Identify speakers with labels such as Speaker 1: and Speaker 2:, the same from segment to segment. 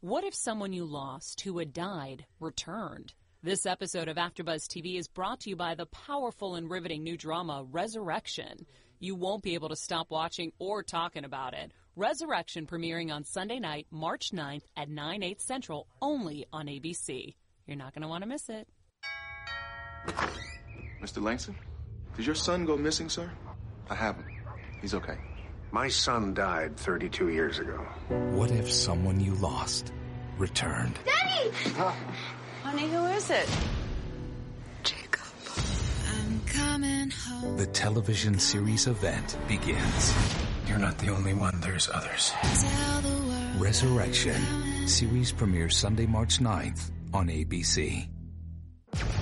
Speaker 1: What if someone you lost who had died returned? This episode of AfterBuzz TV is brought to you by the powerful and riveting new drama Resurrection. You won't be able to stop watching or talking about it. Resurrection premiering on Sunday night, March 9th at 9 8 Central, only on ABC. You're not going to want to miss it.
Speaker 2: Mr. Langston, did your son go missing, sir? I haven't. He's okay.
Speaker 3: My son died 32 years ago.
Speaker 4: What if someone you lost returned?
Speaker 5: Honey, who is it?
Speaker 6: Jacob. I'm coming home.
Speaker 4: The television series event begins.
Speaker 3: You're not the only one, there's others.
Speaker 6: Tell the world.
Speaker 4: Resurrection. Series premieres Sunday, March 9th on ABC.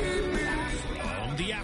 Speaker 7: From the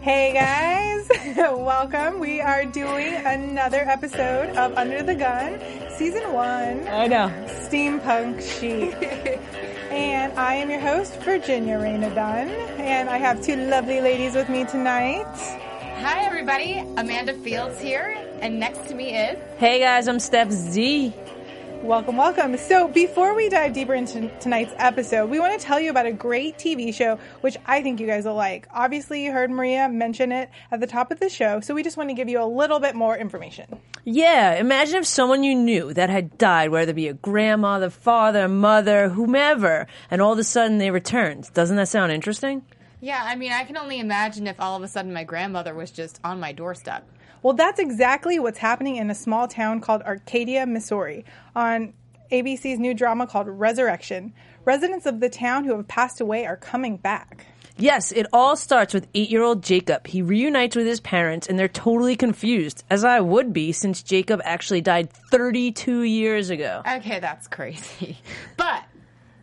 Speaker 8: Hey guys, welcome. We are doing another episode of Under the Gun, season one,
Speaker 1: I know.
Speaker 8: steampunk chic. and I am your host, Virginia Reina Dunn, and I have two lovely ladies with me tonight.
Speaker 5: Hi, everybody. Amanda Fields here, and next to me is.
Speaker 9: Hey guys, I'm Steph Z.
Speaker 8: Welcome, welcome. So before we dive deeper into tonight's episode, we want to tell you about a great TV show which I think you guys will like. Obviously, you heard Maria mention it at the top of the show, so we just want to give you a little bit more information.
Speaker 9: Yeah, imagine if someone you knew that had died, whether it be a grandmother, father, mother, whomever, and all of a sudden they returned. Doesn't that sound interesting?
Speaker 5: Yeah, I mean, I can only imagine if all of a sudden my grandmother was just on my doorstep.
Speaker 8: Well, that's exactly what's happening in a small town called Arcadia, Missouri, on ABC's new drama called Resurrection. Residents of the town who have passed away are coming back.
Speaker 9: Yes, it all starts with eight year old Jacob. He reunites with his parents and they're totally confused, as I would be since Jacob actually died 32 years ago.
Speaker 5: Okay, that's crazy. But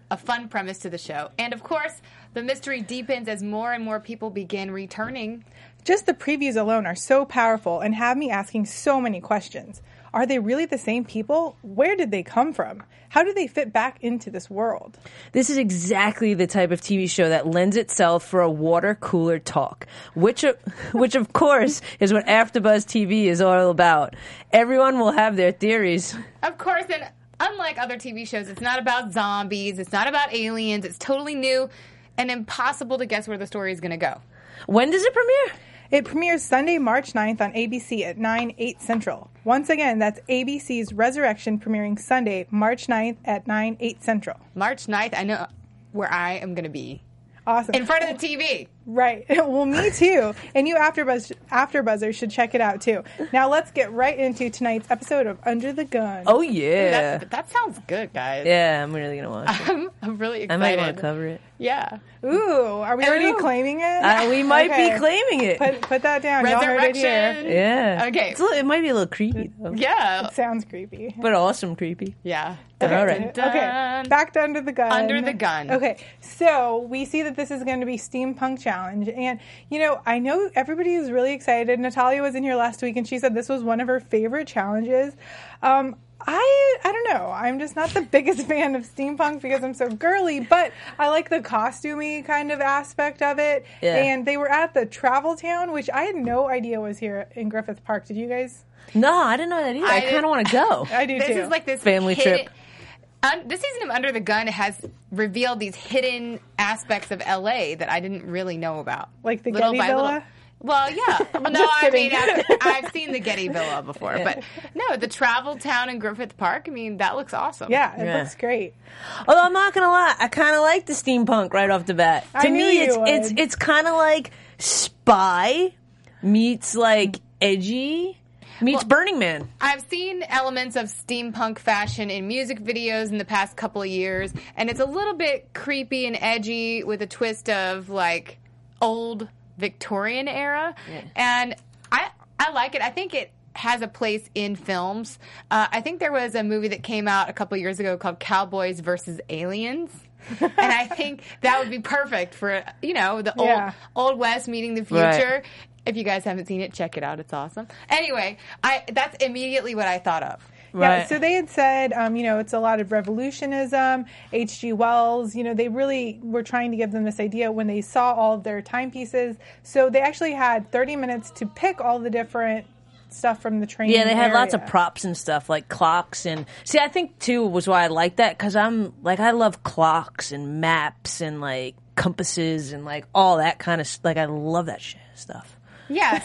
Speaker 5: a fun premise to the show. And of course, the mystery deepens as more and more people begin returning.
Speaker 8: Just the previews alone are so powerful and have me asking so many questions. Are they really the same people? Where did they come from? How do they fit back into this world?
Speaker 9: This is exactly the type of TV show that lends itself for a water cooler talk, which, o- which of course is what AfterBuzz TV is all about. Everyone will have their theories.
Speaker 5: Of course, and unlike other TV shows, it's not about zombies, it's not about aliens, it's totally new and impossible to guess where the story is going to go.
Speaker 9: When does it premiere?
Speaker 8: It premieres Sunday, March 9th on ABC at 9, 8 Central. Once again, that's ABC's Resurrection premiering Sunday, March 9th at 9, 8 Central.
Speaker 5: March 9th, I know where I am going to be
Speaker 8: Awesome.
Speaker 5: in front of the TV.
Speaker 8: Right. Well, me too. And you AfterBuzz AfterBuzzers should check it out too. Now let's get right into tonight's episode of Under the Gun.
Speaker 9: Oh yeah,
Speaker 5: That's, that sounds good, guys.
Speaker 9: yeah. I'm really gonna watch. It.
Speaker 5: I'm really
Speaker 9: I
Speaker 5: excited.
Speaker 9: might want to cover it.
Speaker 5: Yeah.
Speaker 8: Ooh, are we already
Speaker 5: Ooh.
Speaker 8: claiming it?
Speaker 9: Uh, we might
Speaker 8: Okay.
Speaker 9: be claiming it.
Speaker 8: Put, put that down. Y'all heard it here.
Speaker 5: Resurrection.
Speaker 9: yeah.
Speaker 5: Okay.
Speaker 9: It's a little, it might be a little creepy though,
Speaker 5: Yeah.
Speaker 8: Sounds creepy.
Speaker 9: but awesome creepy.
Speaker 5: Yeah.
Speaker 9: All
Speaker 5: Dun,
Speaker 9: right.
Speaker 5: dun,
Speaker 8: Okay,
Speaker 5: dun.
Speaker 8: back to Under the Gun.
Speaker 5: Under the Gun.
Speaker 8: Okay, so we see that this is going to be Steampunk Challenge. And, you know, I know everybody is really excited. Natalia was in here last week and she said this was one of her favorite challenges. Um, I, I don't know. I'm just not the biggest fan of steampunk because I'm so girly, but I like the costumey kind of aspect of it.
Speaker 9: Yeah.
Speaker 8: And they were at the Travel Town, which I had no idea was here in Griffith Park. Did you guys?
Speaker 9: No, I didn't know that either. I,
Speaker 5: did-
Speaker 9: kind of want to go.
Speaker 8: I do
Speaker 5: This
Speaker 8: too.
Speaker 5: is like this
Speaker 9: Family
Speaker 5: hidden-
Speaker 9: trip.
Speaker 5: Un- this season of Under the Gun has revealed these hidden aspects of LA that I didn't really know about.
Speaker 8: Like the
Speaker 5: Little
Speaker 8: Getty
Speaker 5: by
Speaker 8: Villa?
Speaker 5: little. Well, yeah. no,
Speaker 8: just
Speaker 5: I
Speaker 8: kidding.
Speaker 5: mean, I've, I've seen the Getty Villa before, but no, the travel town in Griffith Park. I mean, that looks awesome.
Speaker 8: yeah, it
Speaker 9: Yeah.
Speaker 8: looks great.
Speaker 9: Although I'm not gonna lie, I kind of like the steampunk right off the bat.
Speaker 8: I
Speaker 9: to
Speaker 8: knew
Speaker 9: me, it's
Speaker 8: you would.
Speaker 9: it's it's kind of like spy meets like edgy meets Burning Man.
Speaker 5: I've seen elements of steampunk fashion in music videos in the past couple of years, and it's a little bit creepy and edgy with a twist of like old Victorian era. And I I like it. I think it has a place in films. Uh, I think there was a movie that came out a couple of years ago called Cowboys versus Aliens. and I think that would be perfect for you know the old
Speaker 8: Yeah.
Speaker 5: old west meeting the
Speaker 9: Right.
Speaker 5: future. If you guys haven't seen it, check it out. It's awesome. Anyway, I that's immediately what I thought of.
Speaker 8: Yeah, so they had said, um, you know, it's a lot of revolutionism, H.G. Wells, you know, they really were trying to give them this idea when they saw all of their timepieces. So they actually had 30 minutes to pick all the different stuff from the train.
Speaker 9: Yeah, they had lots of
Speaker 8: area.
Speaker 9: props and stuff like clocks and see. I think too was why I like that because I'm like I love clocks and maps and like compasses and like all that kind of s- like I love that shit stuff.
Speaker 5: Yes.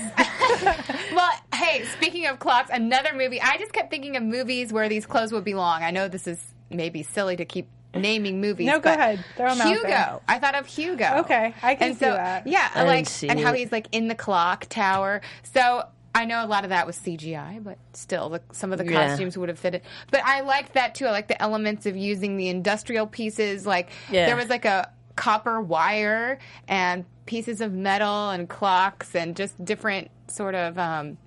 Speaker 5: well, hey, speaking of clocks, another movie. I just kept thinking of movies where these clothes would belong. I know this is maybe silly to keep naming movies.
Speaker 8: No, go
Speaker 5: but
Speaker 8: ahead. Throw 'em out
Speaker 5: Hugo.
Speaker 8: there.
Speaker 5: I thought of Hugo.
Speaker 8: Okay, I can
Speaker 5: and
Speaker 8: see
Speaker 5: so,
Speaker 8: that.
Speaker 5: Yeah,
Speaker 9: I
Speaker 5: like
Speaker 9: didn't see
Speaker 5: and how
Speaker 9: it.
Speaker 5: he's like in the clock tower. So. I know a lot of that was CGI, but still, the, some of the
Speaker 9: Yeah.
Speaker 5: costumes would have fitted. But I liked that too. I like the elements of using the industrial pieces. Like
Speaker 9: Yeah.
Speaker 5: there was like a copper wire and pieces of metal and clocks and just different sort of um,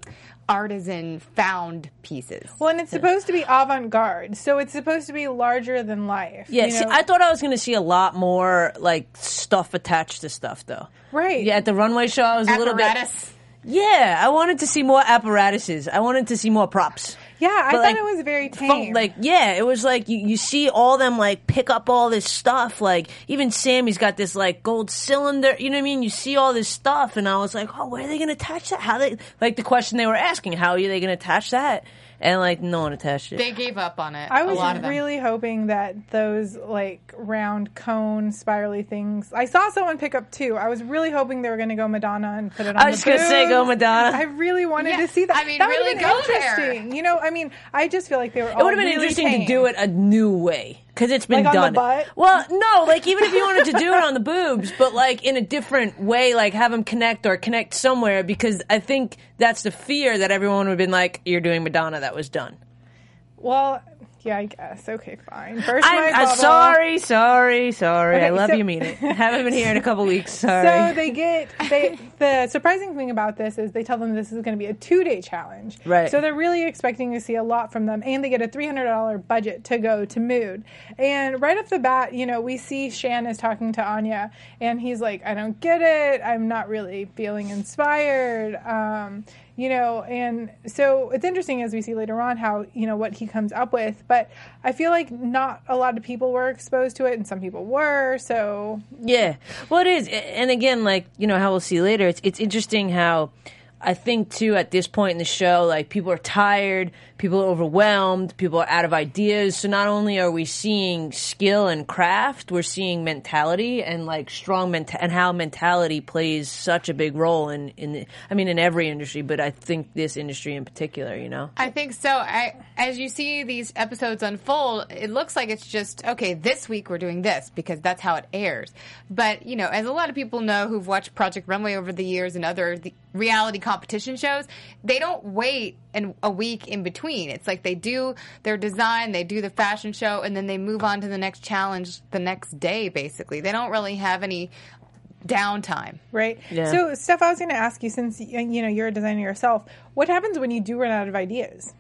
Speaker 5: artisan found pieces.
Speaker 8: Well, and it's supposed to be avant garde, so it's supposed to be larger than life.
Speaker 9: Yeah,
Speaker 8: you
Speaker 9: see,
Speaker 8: know?
Speaker 9: I thought I was going to see a lot more like stuff attached to stuff though.
Speaker 8: Right.
Speaker 9: Yeah, at the runway show, I was a little bit.
Speaker 5: Apparatus.
Speaker 9: Yeah, I wanted to see more apparatuses. I wanted to see more props.
Speaker 8: Yeah, I
Speaker 9: But,
Speaker 8: thought
Speaker 9: like,
Speaker 8: it was very
Speaker 9: fo-
Speaker 8: tame.
Speaker 9: like, yeah, it was like you, you see all them like pick up all this stuff. Like even Sammy's got this like gold cylinder. You know what I mean? You see all this stuff, and I was like, oh, where are they going to attach that? How they like the question they were asking? How are they going to attach that? And like no one attached it.
Speaker 5: They gave up on it.
Speaker 8: I
Speaker 5: a lot
Speaker 8: was
Speaker 5: of them.
Speaker 8: really hoping that those like round cone spirally things. I saw someone pick up two. I was really hoping they were going to go Madonna and put it on.
Speaker 9: I was
Speaker 8: the
Speaker 9: gonna say, go
Speaker 8: boobs.
Speaker 9: Madonna.
Speaker 8: I really wanted
Speaker 5: Yeah,
Speaker 8: to see that.
Speaker 5: I mean,
Speaker 8: that would
Speaker 5: really
Speaker 8: have been
Speaker 5: go there.
Speaker 8: interesting. You know, I mean, I just feel like they were.
Speaker 9: It would have been interesting to do it a new way because it's been
Speaker 8: Like on the
Speaker 9: done.
Speaker 8: butt?
Speaker 9: Well, no, like even if you wanted to do it on the boobs, but like in a different way, like have them connect or connect somewhere because I think that's the fear that everyone would have been like, "You're doing Madonna, that was done."
Speaker 8: Well, yeah, I guess. Okay, fine. First, my
Speaker 9: I'm,
Speaker 8: bubble.
Speaker 9: I'm sorry, sorry, sorry. I
Speaker 8: Okay,
Speaker 9: love
Speaker 8: so-
Speaker 9: you, mean it. Haven't been here in a couple weeks. Sorry.
Speaker 8: So they get they the surprising thing about this is they tell them this is going to be a two day challenge.
Speaker 9: Right.
Speaker 8: So they're really expecting to see a lot from them, and they get a three hundred dollar budget to go to Mood. And right off the bat, you know, we see Shan is talking to Anya, and he's like, "I don't get it. I'm not really feeling inspired." Um, you know, and so it's interesting as we see later on how you know what he comes up with. But I feel like not a lot of people were exposed to it, and some people were. So
Speaker 9: Yeah. Well, it is. A- And again, like, you know, how we'll see later, it's, it's interesting how I think, too, at this point in the show, like, people are tired, people are overwhelmed, people are out of ideas. So not only are we seeing skill and craft, we're seeing mentality and, like, strong menta- and how mentality plays such a big role in, in the, I mean, in every industry, but I think this industry in particular, you know?
Speaker 5: I think so. I as you see these episodes unfold, it looks like it's just okay. This week we're doing this because that's how it airs. But you know, as a lot of people know who've watched Project Runway over the years and other the reality competition shows, they don't wait and a week in between. It's like they do their design, they do the fashion show, and then they move on to the next challenge the next day. Basically, they don't really have any downtime.
Speaker 8: Right.
Speaker 9: Yeah.
Speaker 8: So, Steph, I was going to ask you, since y- you know you're a designer yourself, what happens when you do run out of ideas?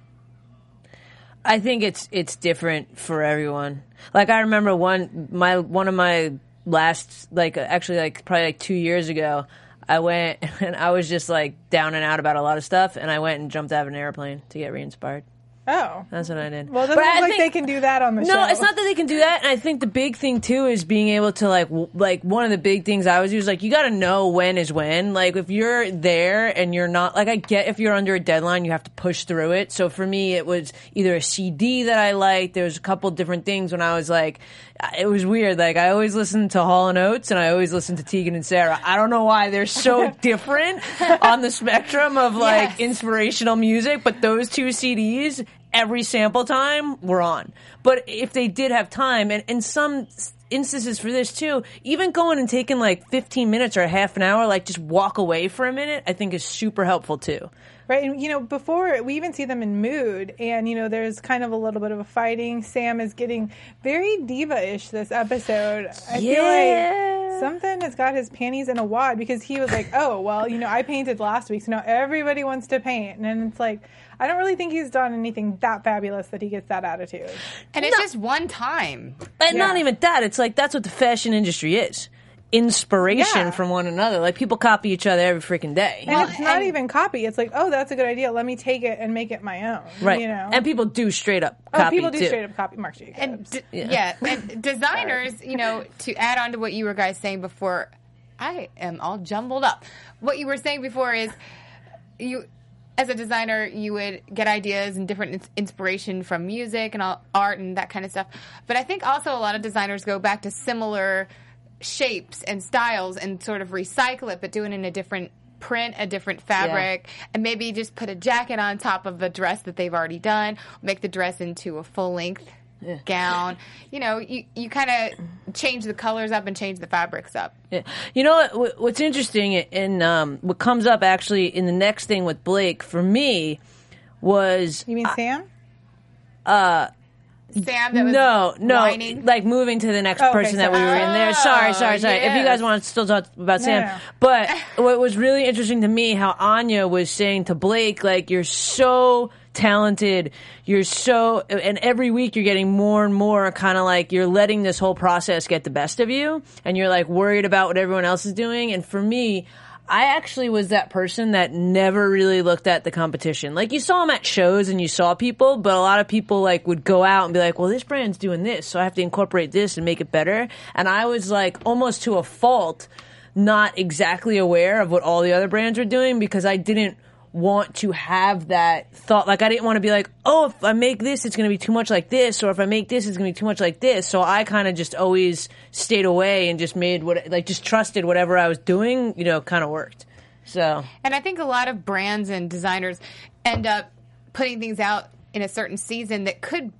Speaker 9: I think it's it's different for everyone. Like I remember one my one of my last like actually like probably like 2 years ago I went and I was just like down and out about a lot of stuff and I went and jumped out of an airplane to get re-inspired.
Speaker 8: Oh,
Speaker 9: That's what I did.
Speaker 8: well, it doesn't
Speaker 9: But
Speaker 8: look
Speaker 9: I
Speaker 8: like
Speaker 9: think-
Speaker 8: they can do that on the show.
Speaker 9: no, it's not that they can do that. And I think the big thing too is being able to like w- like one of the big things I always do is like you got to know when is when. Like if you're there and you're not like I get if you're under a deadline, you have to push through it. So for me, it was either a CD that I liked. There was a couple different things when I was like, it was weird. Like I always listened to Hall and Oates and I always listened to Tegan and Sarah. I don't know why they're so different on the spectrum of like
Speaker 5: Yes.
Speaker 9: inspirational music, but those two CDs every sample time were on. But if they did have time, and in some s- instances for this too, even going and taking like 15 minutes or a half an hour, like just walk away for a minute, I think is super helpful too.
Speaker 8: Right. And, you know, before we even see them in mood, and, you know, there's kind of a little bit of a fighting. Sam is getting very diva ish this episode. I feel like something has got his panties in a wad because he was like, oh, well, you know, I painted last week, so now everybody wants to paint. And it's like, I don't really think he's done anything that fabulous that he gets that attitude.
Speaker 5: And it's just one time.
Speaker 9: And not even that. It's like that's what the fashion industry is. Inspiration
Speaker 8: Yeah.
Speaker 9: from one another. Like people copy each other every freaking day.
Speaker 8: And it's not even copy. It's like, oh, that's a good idea. Let me take it and make it my own.
Speaker 9: right.
Speaker 8: You know.
Speaker 9: And people do straight up
Speaker 8: oh,
Speaker 9: copy
Speaker 8: people do
Speaker 9: too.
Speaker 8: straight up copy Mark Jacobs.
Speaker 5: And d- yeah. and designers, you know, to add on to what you were guys saying before, I am all jumbled up. What you were saying before is you as a designer you would get ideas and different ins- inspiration from music and all, art and that kind of stuff but i think also a lot of designers go back to similar shapes and styles and sort of recycle it but do it in a different print a different fabric and maybe just put a jacket on top of a dress that they've already done make the dress into a full length gown you know you, you kind of change the colors up and change the fabrics up
Speaker 9: Yeah. You know what, what- what's interesting and um, what comes up actually in the next thing with Blake for me was
Speaker 8: you mean
Speaker 5: uh,
Speaker 8: Sam?
Speaker 5: sam that was
Speaker 9: no, no,
Speaker 5: whining.
Speaker 9: like moving to the next
Speaker 8: Okay,
Speaker 9: person that we
Speaker 8: sorry.
Speaker 9: were in there. Sorry, sorry, sorry. If you
Speaker 5: yes.
Speaker 9: guys want to still talk about Sam,
Speaker 8: no.
Speaker 9: but what was really interesting to me how Anya was saying to Blake, like, you're so talented, you're so, and every week you're getting more and more kind of like you're letting this whole process get the best of you, and you're like worried about what everyone else is doing. And for me. I actually was that person that never really looked at the competition. Like you saw them at shows and you saw people, but a lot of people like would go out and be like, "Well, this brand's doing this, so I have to incorporate this and make it better." And I was like almost to a fault not exactly aware of what all the other brands were doing because I didn't want to have that thought. Like I didn't want to be like, oh, if I make this, it's going to be too much like this, or if I make this, it's going to be too much like this. So I kind of just always stayed away and just made what, like, just trusted whatever I was doing. You know, kind of worked. So
Speaker 5: And I think a lot of brands and designers end up putting things out in a certain season that could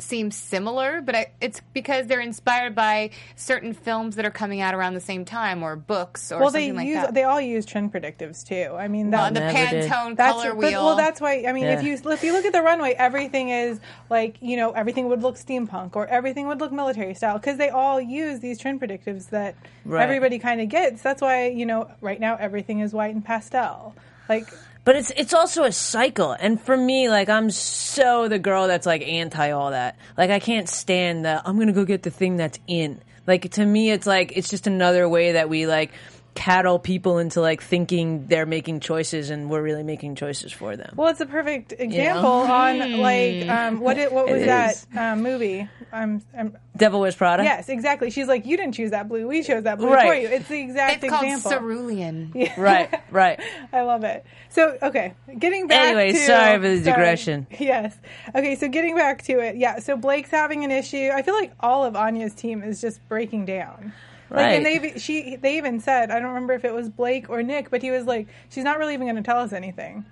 Speaker 5: seem similar, but I, it's because they're inspired by certain films that are coming out around the same time or books or
Speaker 8: Well, they
Speaker 5: something like
Speaker 8: use
Speaker 5: that.
Speaker 8: they all use trend predictives too. I mean,
Speaker 5: Uh,
Speaker 8: that,
Speaker 5: the
Speaker 9: Never did.
Speaker 5: Pantone
Speaker 8: that's
Speaker 5: color
Speaker 8: but-
Speaker 5: wheel.
Speaker 8: well, that's why. I mean, if
Speaker 9: Yeah.
Speaker 8: you if you look at the runway, everything is like you know everything would look steampunk or everything would look military style because they all use these trend predictives that
Speaker 9: Right.
Speaker 8: everybody kind of gets. That's why you know right now everything is white and pastel. Like
Speaker 9: But it's it's also a cycle, and for me, like I'm so the girl that's like anti all that. Like I can't stand the I'm gonna go get the thing that's in. Like to me, it's like it's just another way that we like cattle people into like thinking they're making choices and we're really making choices for them.
Speaker 8: Well, it's a perfect example on like um, what it, what was
Speaker 9: Hmm. It
Speaker 8: that
Speaker 9: is.
Speaker 8: um, movie? Um, um,
Speaker 9: Devil Wears Prada.
Speaker 8: yes, exactly. She's like, you didn't choose that blue. We chose that blue for
Speaker 9: Right.
Speaker 8: you. It's the exact
Speaker 5: it's called
Speaker 8: example.
Speaker 5: cerulean.
Speaker 9: Right. Right.
Speaker 8: I love it. So, okay, getting back
Speaker 9: Anyway,
Speaker 8: to...
Speaker 9: sorry for the digression.
Speaker 8: Yes. Okay, so getting back to it. Yeah, so Blake's having an issue. I feel like all of Anya's team is just breaking down. Like, and
Speaker 9: Right.
Speaker 8: they she they even said I don't remember if it was Blake or Nick, but he was like, she's not really even going to tell us anything.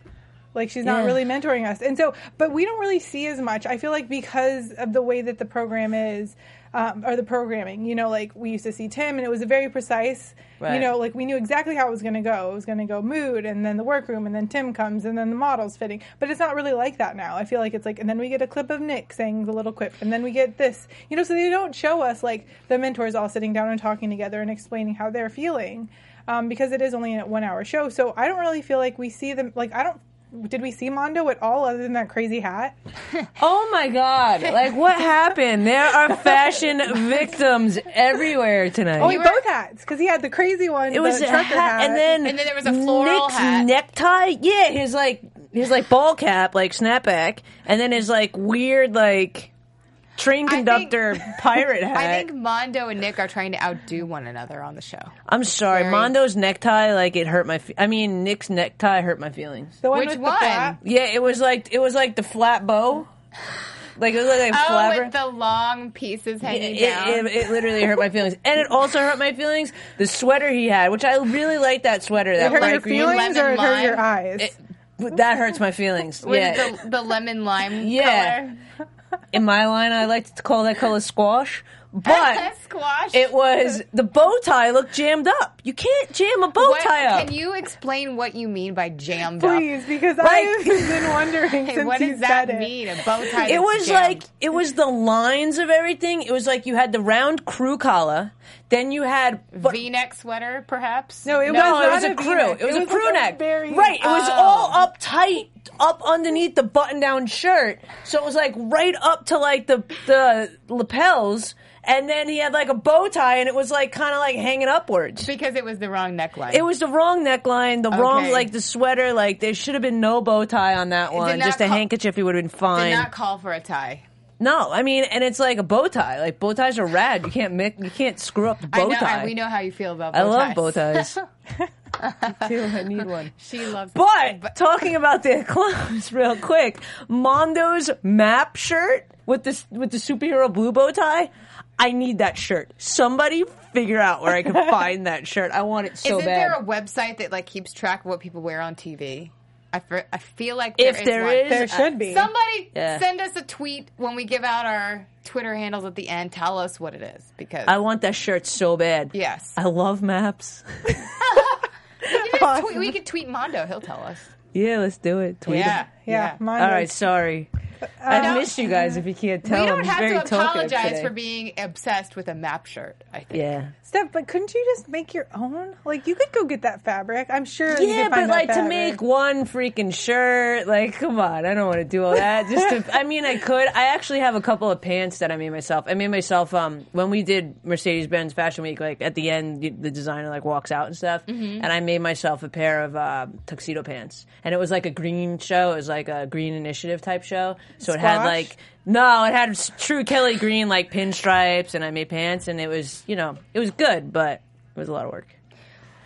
Speaker 8: Like she's not
Speaker 9: Yeah.
Speaker 8: really mentoring us, and so but we don't really see as much. I feel like because of the way that the program is, um, or the programming, you know, like we used to see Tim, and it was a very precise. You
Speaker 9: Right.
Speaker 8: know, like we knew exactly how it was going to go. It was going to go mood, and then the workroom, and then Tim comes, and then the models fitting. But it's not really like that now. I feel like it's like, and then we get a clip of Nick saying the little quip, and then we get this. You know, so they don't show us like the mentors all sitting down and talking together and explaining how they're feeling, um, because it is only a one-hour show. So I don't really feel like we see them. Like I don't. Did we see Mondo at all other than that crazy hat?
Speaker 9: Oh my God! Like what happened? There are fashion victims everywhere tonight.
Speaker 8: Oh, wait, both hats because he had the crazy one.
Speaker 9: It was
Speaker 8: the
Speaker 9: a
Speaker 8: trucker
Speaker 9: hat, and then
Speaker 5: And then there was a floral
Speaker 9: Nick's
Speaker 5: hat.
Speaker 9: necktie. Yeah, his like his like ball cap, like snapback, and then his like weird like train
Speaker 5: think-
Speaker 9: conductor pirate hat.
Speaker 5: I think Mondo and Nick are trying to outdo one another on the show.
Speaker 9: I'm sorry,
Speaker 5: very-
Speaker 9: Mondo's necktie like it hurt my. Fe- I mean, Nick's necktie hurt my feelings.
Speaker 8: the one
Speaker 5: Which
Speaker 8: with
Speaker 5: one?
Speaker 8: the flap.
Speaker 9: Yeah, it was like it was like the flat bow, like it was like a
Speaker 5: Oh,
Speaker 9: flapper.
Speaker 5: with the long pieces hanging
Speaker 9: it,
Speaker 5: down.
Speaker 9: it, it literally hurt my feelings, and it also hurt my feelings. The sweater he had, which I really liked that sweater,
Speaker 8: It
Speaker 9: that
Speaker 8: hurt your
Speaker 9: light green,
Speaker 8: feelings or it hurt your
Speaker 5: lemon
Speaker 8: eyes?
Speaker 9: that hurts my feelings.
Speaker 5: with
Speaker 9: yeah,
Speaker 5: the, the lemon lime
Speaker 9: Yeah.
Speaker 5: color.
Speaker 9: in my line, I like to call that color squash. but
Speaker 5: squash.
Speaker 9: it was the bow tie looked jammed up. You can't jam a bow
Speaker 5: What-
Speaker 9: tie up.
Speaker 5: Can you explain what you mean by jammed
Speaker 8: Please,
Speaker 5: up?
Speaker 8: because I
Speaker 9: Like-
Speaker 8: have been wondering
Speaker 5: Hey,
Speaker 8: since
Speaker 5: what
Speaker 8: you
Speaker 5: does that
Speaker 8: said it.
Speaker 5: mean? A bow tie.
Speaker 9: it
Speaker 5: that's
Speaker 9: was
Speaker 5: jammed?
Speaker 9: like it was the lines of everything. It was like you had the round crew collar, then you had but-
Speaker 5: V-neck sweater, perhaps.
Speaker 8: No, it
Speaker 9: no,
Speaker 8: was
Speaker 9: it was
Speaker 8: not
Speaker 9: a
Speaker 8: a
Speaker 9: crew.
Speaker 8: V-neck.
Speaker 9: It was
Speaker 8: It
Speaker 9: a
Speaker 8: was
Speaker 9: crew
Speaker 8: like a
Speaker 9: neck,
Speaker 8: very- um,
Speaker 9: right? It was
Speaker 5: Oh.
Speaker 9: all up tight, up underneath the button-down shirt, so it was like right up to like the the lapels, and then he had like a bow tie, and it was like kind of like hanging upwards.
Speaker 5: because it was the wrong neckline.
Speaker 9: It was the wrong neckline, the wrong
Speaker 5: Okay.
Speaker 9: like the sweater. Like there should have been no bow tie on that one.
Speaker 5: not
Speaker 9: Just a
Speaker 5: call-
Speaker 9: handkerchief, he would have been
Speaker 5: did
Speaker 9: fine.
Speaker 5: not call for a tie.
Speaker 9: No, I mean, and it's like a bow tie. Like bow ties are rad. You can't mix, you can't screw up the bow
Speaker 5: I know,
Speaker 9: tie.
Speaker 5: I- we know how you feel about. Bow
Speaker 9: I
Speaker 5: ties.
Speaker 9: love bow ties. Me too. I need one.
Speaker 5: She loves.
Speaker 9: But, talking about their clothes, real quick, Mondo's map shirt with the with the superhero blue bow tie. I need that shirt. Somebody figure out where I can find that shirt. I want it so
Speaker 5: Isn't
Speaker 9: bad.
Speaker 5: there a website that like keeps track of what people wear on TV? I, fe- I feel like
Speaker 9: If
Speaker 5: there
Speaker 9: there
Speaker 5: one.
Speaker 9: is,
Speaker 8: There should be.
Speaker 5: Somebody
Speaker 9: Yeah.
Speaker 5: send us a tweet when we give out our Twitter handles at the end. Tell us what it is because
Speaker 9: I want that shirt so bad.
Speaker 5: Yes.
Speaker 9: I love maps.
Speaker 5: You can tweet- we could tweet Mondo. He'll tell us.
Speaker 9: Yeah, let's do it. Tweet 'em.
Speaker 5: Yeah,
Speaker 8: Yeah, mine
Speaker 9: All
Speaker 8: was-
Speaker 9: right, sorry. I missed you guys. If you can't tell,
Speaker 5: we don't
Speaker 9: I'm
Speaker 5: have
Speaker 9: very
Speaker 5: to
Speaker 9: talkative
Speaker 5: apologize
Speaker 9: today.
Speaker 5: for being obsessed with a map shirt. I think.
Speaker 9: Yeah,
Speaker 8: Steph, but couldn't you just make your own? Like you could go get that fabric. I'm sure. you
Speaker 9: yeah,
Speaker 8: could
Speaker 9: but
Speaker 8: find that
Speaker 9: like to
Speaker 8: fabric.
Speaker 9: make one freaking shirt, like come on, I don't want to do all that. Just to, I mean, I could. I actually have a couple of pants that I made myself. I made myself um when we did Mercedes Benz Fashion Week. Like at the end, you- the designer like walks out and stuff,
Speaker 8: Mm-hmm.
Speaker 9: and I made myself a pair of uh, tuxedo pants, and it was like a green show. It was like a green initiative type show, so it had
Speaker 8: Squash?
Speaker 9: like. No, it had s- true Kelly green like pinstripes, and I made pants, and it was you know it was good, but it was a lot of work.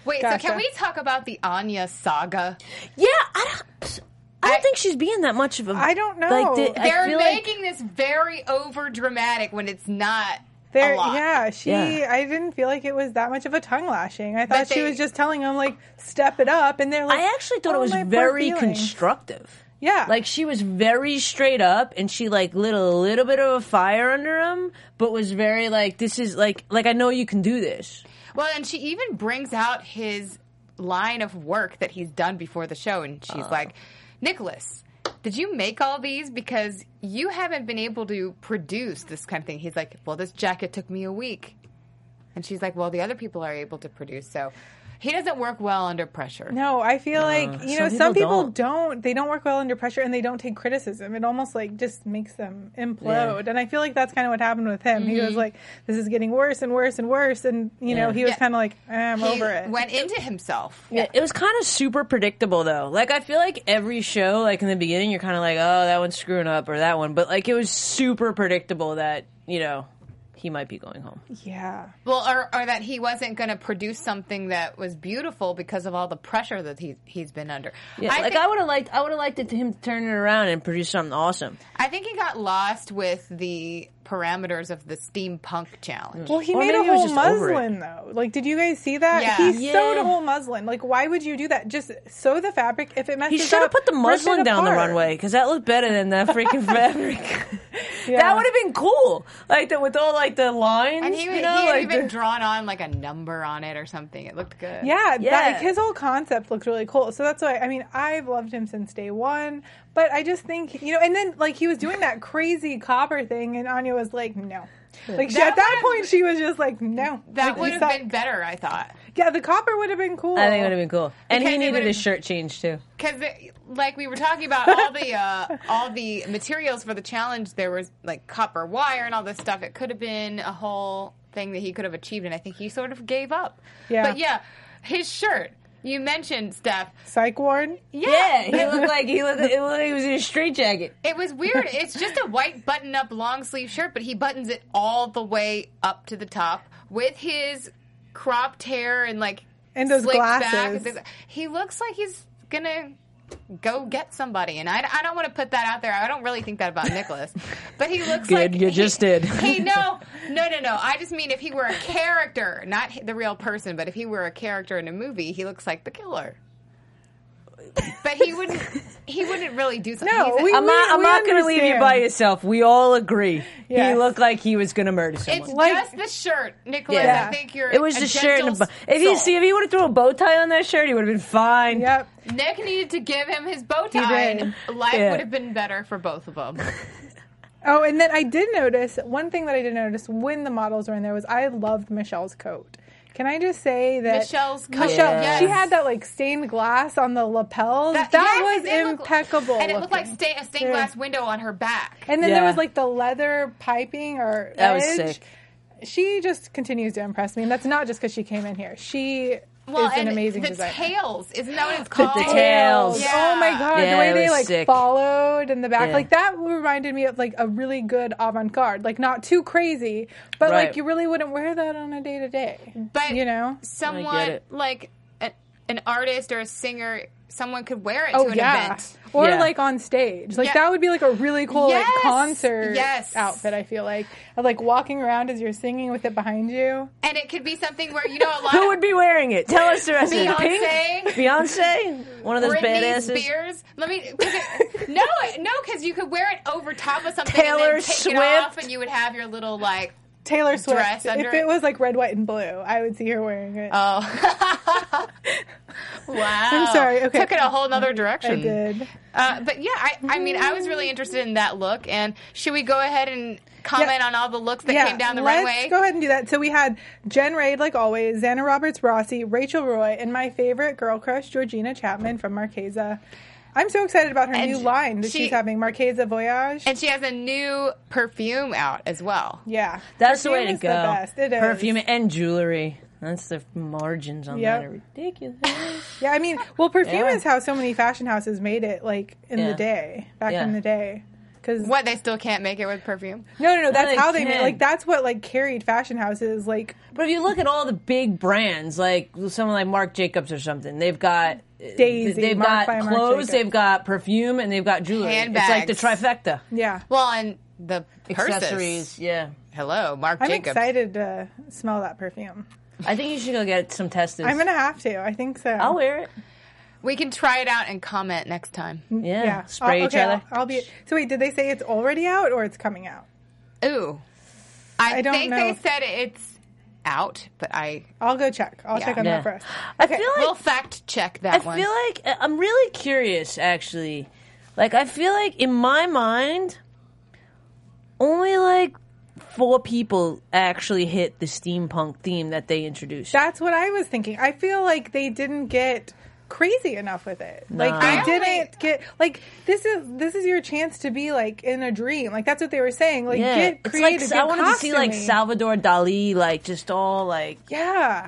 Speaker 5: Wait, so
Speaker 8: Gotcha.
Speaker 5: can we talk about the Anya saga?
Speaker 9: Yeah, I don't. I don't
Speaker 5: I-
Speaker 9: think she's being that much of a.
Speaker 8: I don't know.
Speaker 9: Like, the, I
Speaker 5: They're
Speaker 9: feel like-
Speaker 5: making this very over dramatic when it's not.
Speaker 8: There,
Speaker 5: a lot.
Speaker 8: yeah, she.
Speaker 9: Yeah.
Speaker 8: I didn't feel like it was that much of a tongue lashing. I thought she
Speaker 5: they-
Speaker 8: was just telling him like step it up, and they're like.
Speaker 9: I actually thought
Speaker 8: "Oh,
Speaker 9: it was
Speaker 8: my poor
Speaker 9: very
Speaker 8: feelings."
Speaker 9: constructive.
Speaker 8: Yeah,
Speaker 9: Like she was very straight up, and she like lit a little bit of a fire under him, but was very like, "This is like, like I know you can do this."
Speaker 5: Well, and she even brings out his line of work that he's done before the show, and she's like, Nicholas, did you make all these? Because you haven't been able to produce this kind of thing. He's like, Well, this jacket took me a week. And she's like, Well, the other people are able to produce. So he doesn't work well under pressure.
Speaker 8: No, I feel like you know
Speaker 9: some
Speaker 8: some
Speaker 9: people
Speaker 8: people don't. They don't work well under pressure, and they don't take criticism. It almost like just makes them implode. And I feel like that's kind of what happened with him. He
Speaker 9: Mm-hmm.
Speaker 8: was like, "This is getting worse and worse and worse," and you know he was
Speaker 5: Yeah.
Speaker 8: kind of like, eh, "I'm
Speaker 5: He
Speaker 8: over it."
Speaker 5: went into himself.
Speaker 9: Yeah, it was kind of super predictable though. Like I feel like every show, like in the beginning, you're kind of like, "Oh, that one's screwing up," or that one, but like it was super predictable that you know he might be going home.
Speaker 8: yeah,
Speaker 5: Well, or, or that he wasn't going to produce something that was beautiful because of all the pressure that he, he's been under.
Speaker 9: Yeah, like
Speaker 5: think-
Speaker 9: I would have liked, I would have liked it to him to turn it around and produce something awesome.
Speaker 5: I think he got lost with the parameters of the steampunk challenge.
Speaker 8: Well, he
Speaker 9: Or
Speaker 8: made
Speaker 9: maybe
Speaker 8: a
Speaker 9: he was
Speaker 8: whole
Speaker 9: just over it.
Speaker 8: muslin though. Like, did you guys see that?
Speaker 5: Yeah.
Speaker 8: He
Speaker 9: Yeah.
Speaker 8: sewed a whole muslin. Like, why would you do that? Just sew the fabric. If it messes
Speaker 9: He should have
Speaker 8: up,
Speaker 9: put the
Speaker 8: rip it
Speaker 9: muslin down the
Speaker 8: apart.
Speaker 9: runway because that looked better than that freaking fabric. That
Speaker 8: Yeah.
Speaker 9: would have been cool, like the, with all like the lines.
Speaker 5: and he,
Speaker 9: you know,
Speaker 5: he had
Speaker 9: like
Speaker 5: even
Speaker 9: the-
Speaker 5: drawn on like a number on it or something. It looked good.
Speaker 8: Yeah,
Speaker 9: Yeah.
Speaker 8: That, like his whole concept looked really cool. So that's why I mean I've loved him since day one. But I just think you know, and then like he was doing that crazy copper thing, and Anya was like, no. Like she,
Speaker 5: That
Speaker 8: at that
Speaker 5: would've-
Speaker 8: point, she was just like, no.
Speaker 5: That
Speaker 8: Like,
Speaker 5: would
Speaker 8: you
Speaker 5: have
Speaker 8: suck.
Speaker 5: been better, I thought.
Speaker 8: Yeah, the copper would have been cool.
Speaker 9: I think it would have been cool, and
Speaker 5: Because
Speaker 9: he
Speaker 5: it
Speaker 9: needed
Speaker 5: would've-
Speaker 9: his shirt changed too.
Speaker 5: Because, like we were talking about, all the uh, all the materials for the challenge, there was like copper wire and all this stuff. It could have been a whole thing that he could have achieved, and I think he sort of gave up.
Speaker 8: Yeah.
Speaker 5: But yeah, his shirt. You mentioned Steph.
Speaker 8: Psych ward.
Speaker 9: Yeah, he looked like he looked. It looked like he was in a straight jacket.
Speaker 5: It was weird. It's just a white button up long sleeve shirt, but he buttons it all the way up to the top with his cropped hair and like
Speaker 8: And those
Speaker 5: slicked
Speaker 8: glasses.
Speaker 5: Back. He looks like he's gonna go get somebody, and I, I don't want to put that out there. I don't really think that about Nicholas, but he looks
Speaker 9: Good,
Speaker 5: like
Speaker 9: you
Speaker 5: he-
Speaker 9: just did.
Speaker 5: He no no no no. I just mean if he were a character, not the real person, but if he were a character in a movie, he looks like the killer. but he wouldn't. He wouldn't really do something.
Speaker 8: No,
Speaker 5: He's a-
Speaker 8: we-
Speaker 9: I'm not. I'm
Speaker 8: we
Speaker 9: not going to leave you by
Speaker 8: understand.
Speaker 9: yourself. We all agree.
Speaker 8: Yes.
Speaker 9: He looked like he was going to murder someone.
Speaker 5: it's
Speaker 8: Like-
Speaker 5: just the shirt, Nicholas.
Speaker 9: Yeah.
Speaker 5: I think you're.
Speaker 9: it was
Speaker 5: a
Speaker 9: the shirt. And a
Speaker 5: gentle
Speaker 9: bu- if he
Speaker 5: soul.
Speaker 9: see if he would have thrown a bow tie on that shirt, he would have been fine.
Speaker 8: Yep.
Speaker 5: Nick needed to give him his bow tie. and Life
Speaker 9: Yeah.
Speaker 5: would have been better for both of them.
Speaker 8: Oh, and then I did notice one thing that I did notice when the models were in there was I loved Michelle's coat. Can I just say that
Speaker 5: Michelle's coat,
Speaker 8: Michelle,
Speaker 5: yes.
Speaker 8: she had that like stained glass on the lapels. That,
Speaker 5: yes,
Speaker 8: was
Speaker 5: it did look-
Speaker 8: impeccable,
Speaker 5: and it looked like
Speaker 8: looking.
Speaker 5: sta- a stained
Speaker 8: Yeah.
Speaker 5: glass window on her back.
Speaker 8: And then there
Speaker 9: Yeah.
Speaker 8: was like the leather piping or
Speaker 9: That was
Speaker 8: edge.
Speaker 9: sick.
Speaker 8: She just continues to impress me, and that's not just because she came in here. She
Speaker 5: well,
Speaker 8: is an
Speaker 5: and
Speaker 8: amazing
Speaker 5: the
Speaker 8: designer.
Speaker 5: tails. Isn't that what it's called?
Speaker 9: the tails.
Speaker 5: Yeah.
Speaker 8: Oh my god,
Speaker 9: Yeah,
Speaker 8: the way
Speaker 9: it
Speaker 8: they
Speaker 9: was
Speaker 8: like
Speaker 9: sick.
Speaker 8: followed in the back,
Speaker 9: Yeah.
Speaker 8: like that reminded me of like a really good avant-garde, like not too crazy, but
Speaker 9: Right.
Speaker 8: like you really wouldn't wear that on a day to day.
Speaker 5: But
Speaker 8: you know,
Speaker 5: someone
Speaker 9: it.
Speaker 5: like a, an artist or a singer, someone could wear it
Speaker 8: oh
Speaker 5: to an
Speaker 8: yeah,
Speaker 5: event.
Speaker 8: or
Speaker 9: Yeah.
Speaker 8: like on stage, like
Speaker 5: Yeah.
Speaker 8: that would be like a really cool
Speaker 5: Yes.
Speaker 8: like concert
Speaker 5: Yes.
Speaker 8: outfit. I feel like of, like walking around as you're singing with it behind you.
Speaker 5: And it could be something where you know a lot
Speaker 9: Who would be wearing it? Tell us the rest of it.
Speaker 5: Beyonce.
Speaker 9: Pink? Beyonce? One of those
Speaker 5: Britney
Speaker 9: badasses?
Speaker 5: Spears. Let me. 'cause it- no, no, because you could wear it over top of something
Speaker 9: Taylor
Speaker 5: and then take it off,
Speaker 9: Swift.
Speaker 5: and you would have your little like.
Speaker 8: Taylor Swift.
Speaker 5: Dress under Um,
Speaker 8: if
Speaker 5: it.
Speaker 8: it was like red, white, and blue, I would see her wearing it.
Speaker 5: Wow.
Speaker 8: I'm sorry. Okay.
Speaker 5: Took it a whole nother direction.
Speaker 8: I did.
Speaker 5: Uh, but yeah, I, I mean, I was really interested in that look. And should we go ahead and comment
Speaker 8: Yeah.
Speaker 5: on all the looks that came down the
Speaker 8: let's
Speaker 5: runway?
Speaker 8: Go ahead and do that. So we had Jen Raid, like always, Xana Roberts Rossi, Rachel Roy, and my favorite girl crush, Georgina Chapman from Marquesa. I'm so excited about her
Speaker 5: And
Speaker 8: new line that
Speaker 5: she-
Speaker 8: she's having, Marquesa Voyage.
Speaker 5: And she has a new perfume out as well.
Speaker 8: yeah,
Speaker 9: That's
Speaker 8: Perfume
Speaker 9: the way to
Speaker 8: is
Speaker 9: go.
Speaker 8: best. It is.
Speaker 9: Perfume and jewelry. That's the margins on
Speaker 8: Yep.
Speaker 9: that are ridiculous.
Speaker 8: Yeah, I mean, well, perfume
Speaker 9: Yeah.
Speaker 8: is how so many fashion houses made it, like in
Speaker 9: Yeah.
Speaker 8: the day, back
Speaker 9: Yeah.
Speaker 8: in the day. Because
Speaker 5: What they still can't make it with perfume.
Speaker 8: no, no, no, that's
Speaker 9: they
Speaker 8: how they made.
Speaker 9: can.
Speaker 8: Like that's what like carried fashion houses. Like
Speaker 9: But if you look at all the big brands, like someone like Marc Jacobs or something, they've got
Speaker 8: Daisy,
Speaker 9: they've
Speaker 8: Marc by
Speaker 9: got
Speaker 8: Marc
Speaker 9: clothes,
Speaker 8: Jacobs.
Speaker 9: they've got perfume, and they've got jewelry. It's like
Speaker 5: Handbags.
Speaker 9: the trifecta.
Speaker 8: yeah,
Speaker 5: Well, and the purses.
Speaker 9: Accessories, yeah.
Speaker 5: Hello, Mark
Speaker 8: I'm
Speaker 5: Jacobs.
Speaker 8: excited to smell that perfume.
Speaker 9: I think you should go get some tested.
Speaker 8: I'm gonna have to. I think so.
Speaker 9: I'll wear it.
Speaker 5: We can try it out and comment next time.
Speaker 9: Yeah.
Speaker 8: Yeah.
Speaker 9: Spray
Speaker 8: I'll,
Speaker 9: each
Speaker 8: okay,
Speaker 9: other.
Speaker 8: I'll, I'll be. So wait, did they say it's already out or it's coming out?
Speaker 5: Ooh. I,
Speaker 8: I don't
Speaker 5: think
Speaker 8: know.
Speaker 5: they said it's out, but I
Speaker 8: I'll go check. I'll check on
Speaker 9: Yeah.
Speaker 8: that first.
Speaker 9: I feel like
Speaker 5: will fact check that
Speaker 9: I
Speaker 5: one.
Speaker 9: feel like I- I'm really curious, actually. Like, I feel like in my mind, only like four people actually hit the steampunk theme that they introduced.
Speaker 8: That's what I was thinking. I feel like they didn't get crazy enough with it. Like
Speaker 9: I
Speaker 8: they
Speaker 5: only-
Speaker 8: didn't get like this is this is your chance to be like in a dream. Like that's what they were saying. Like get
Speaker 9: it's
Speaker 8: creative.
Speaker 9: like
Speaker 8: get
Speaker 9: I wanted to see like
Speaker 8: costuming.
Speaker 9: Salvador Dali, like just all like
Speaker 8: Yeah.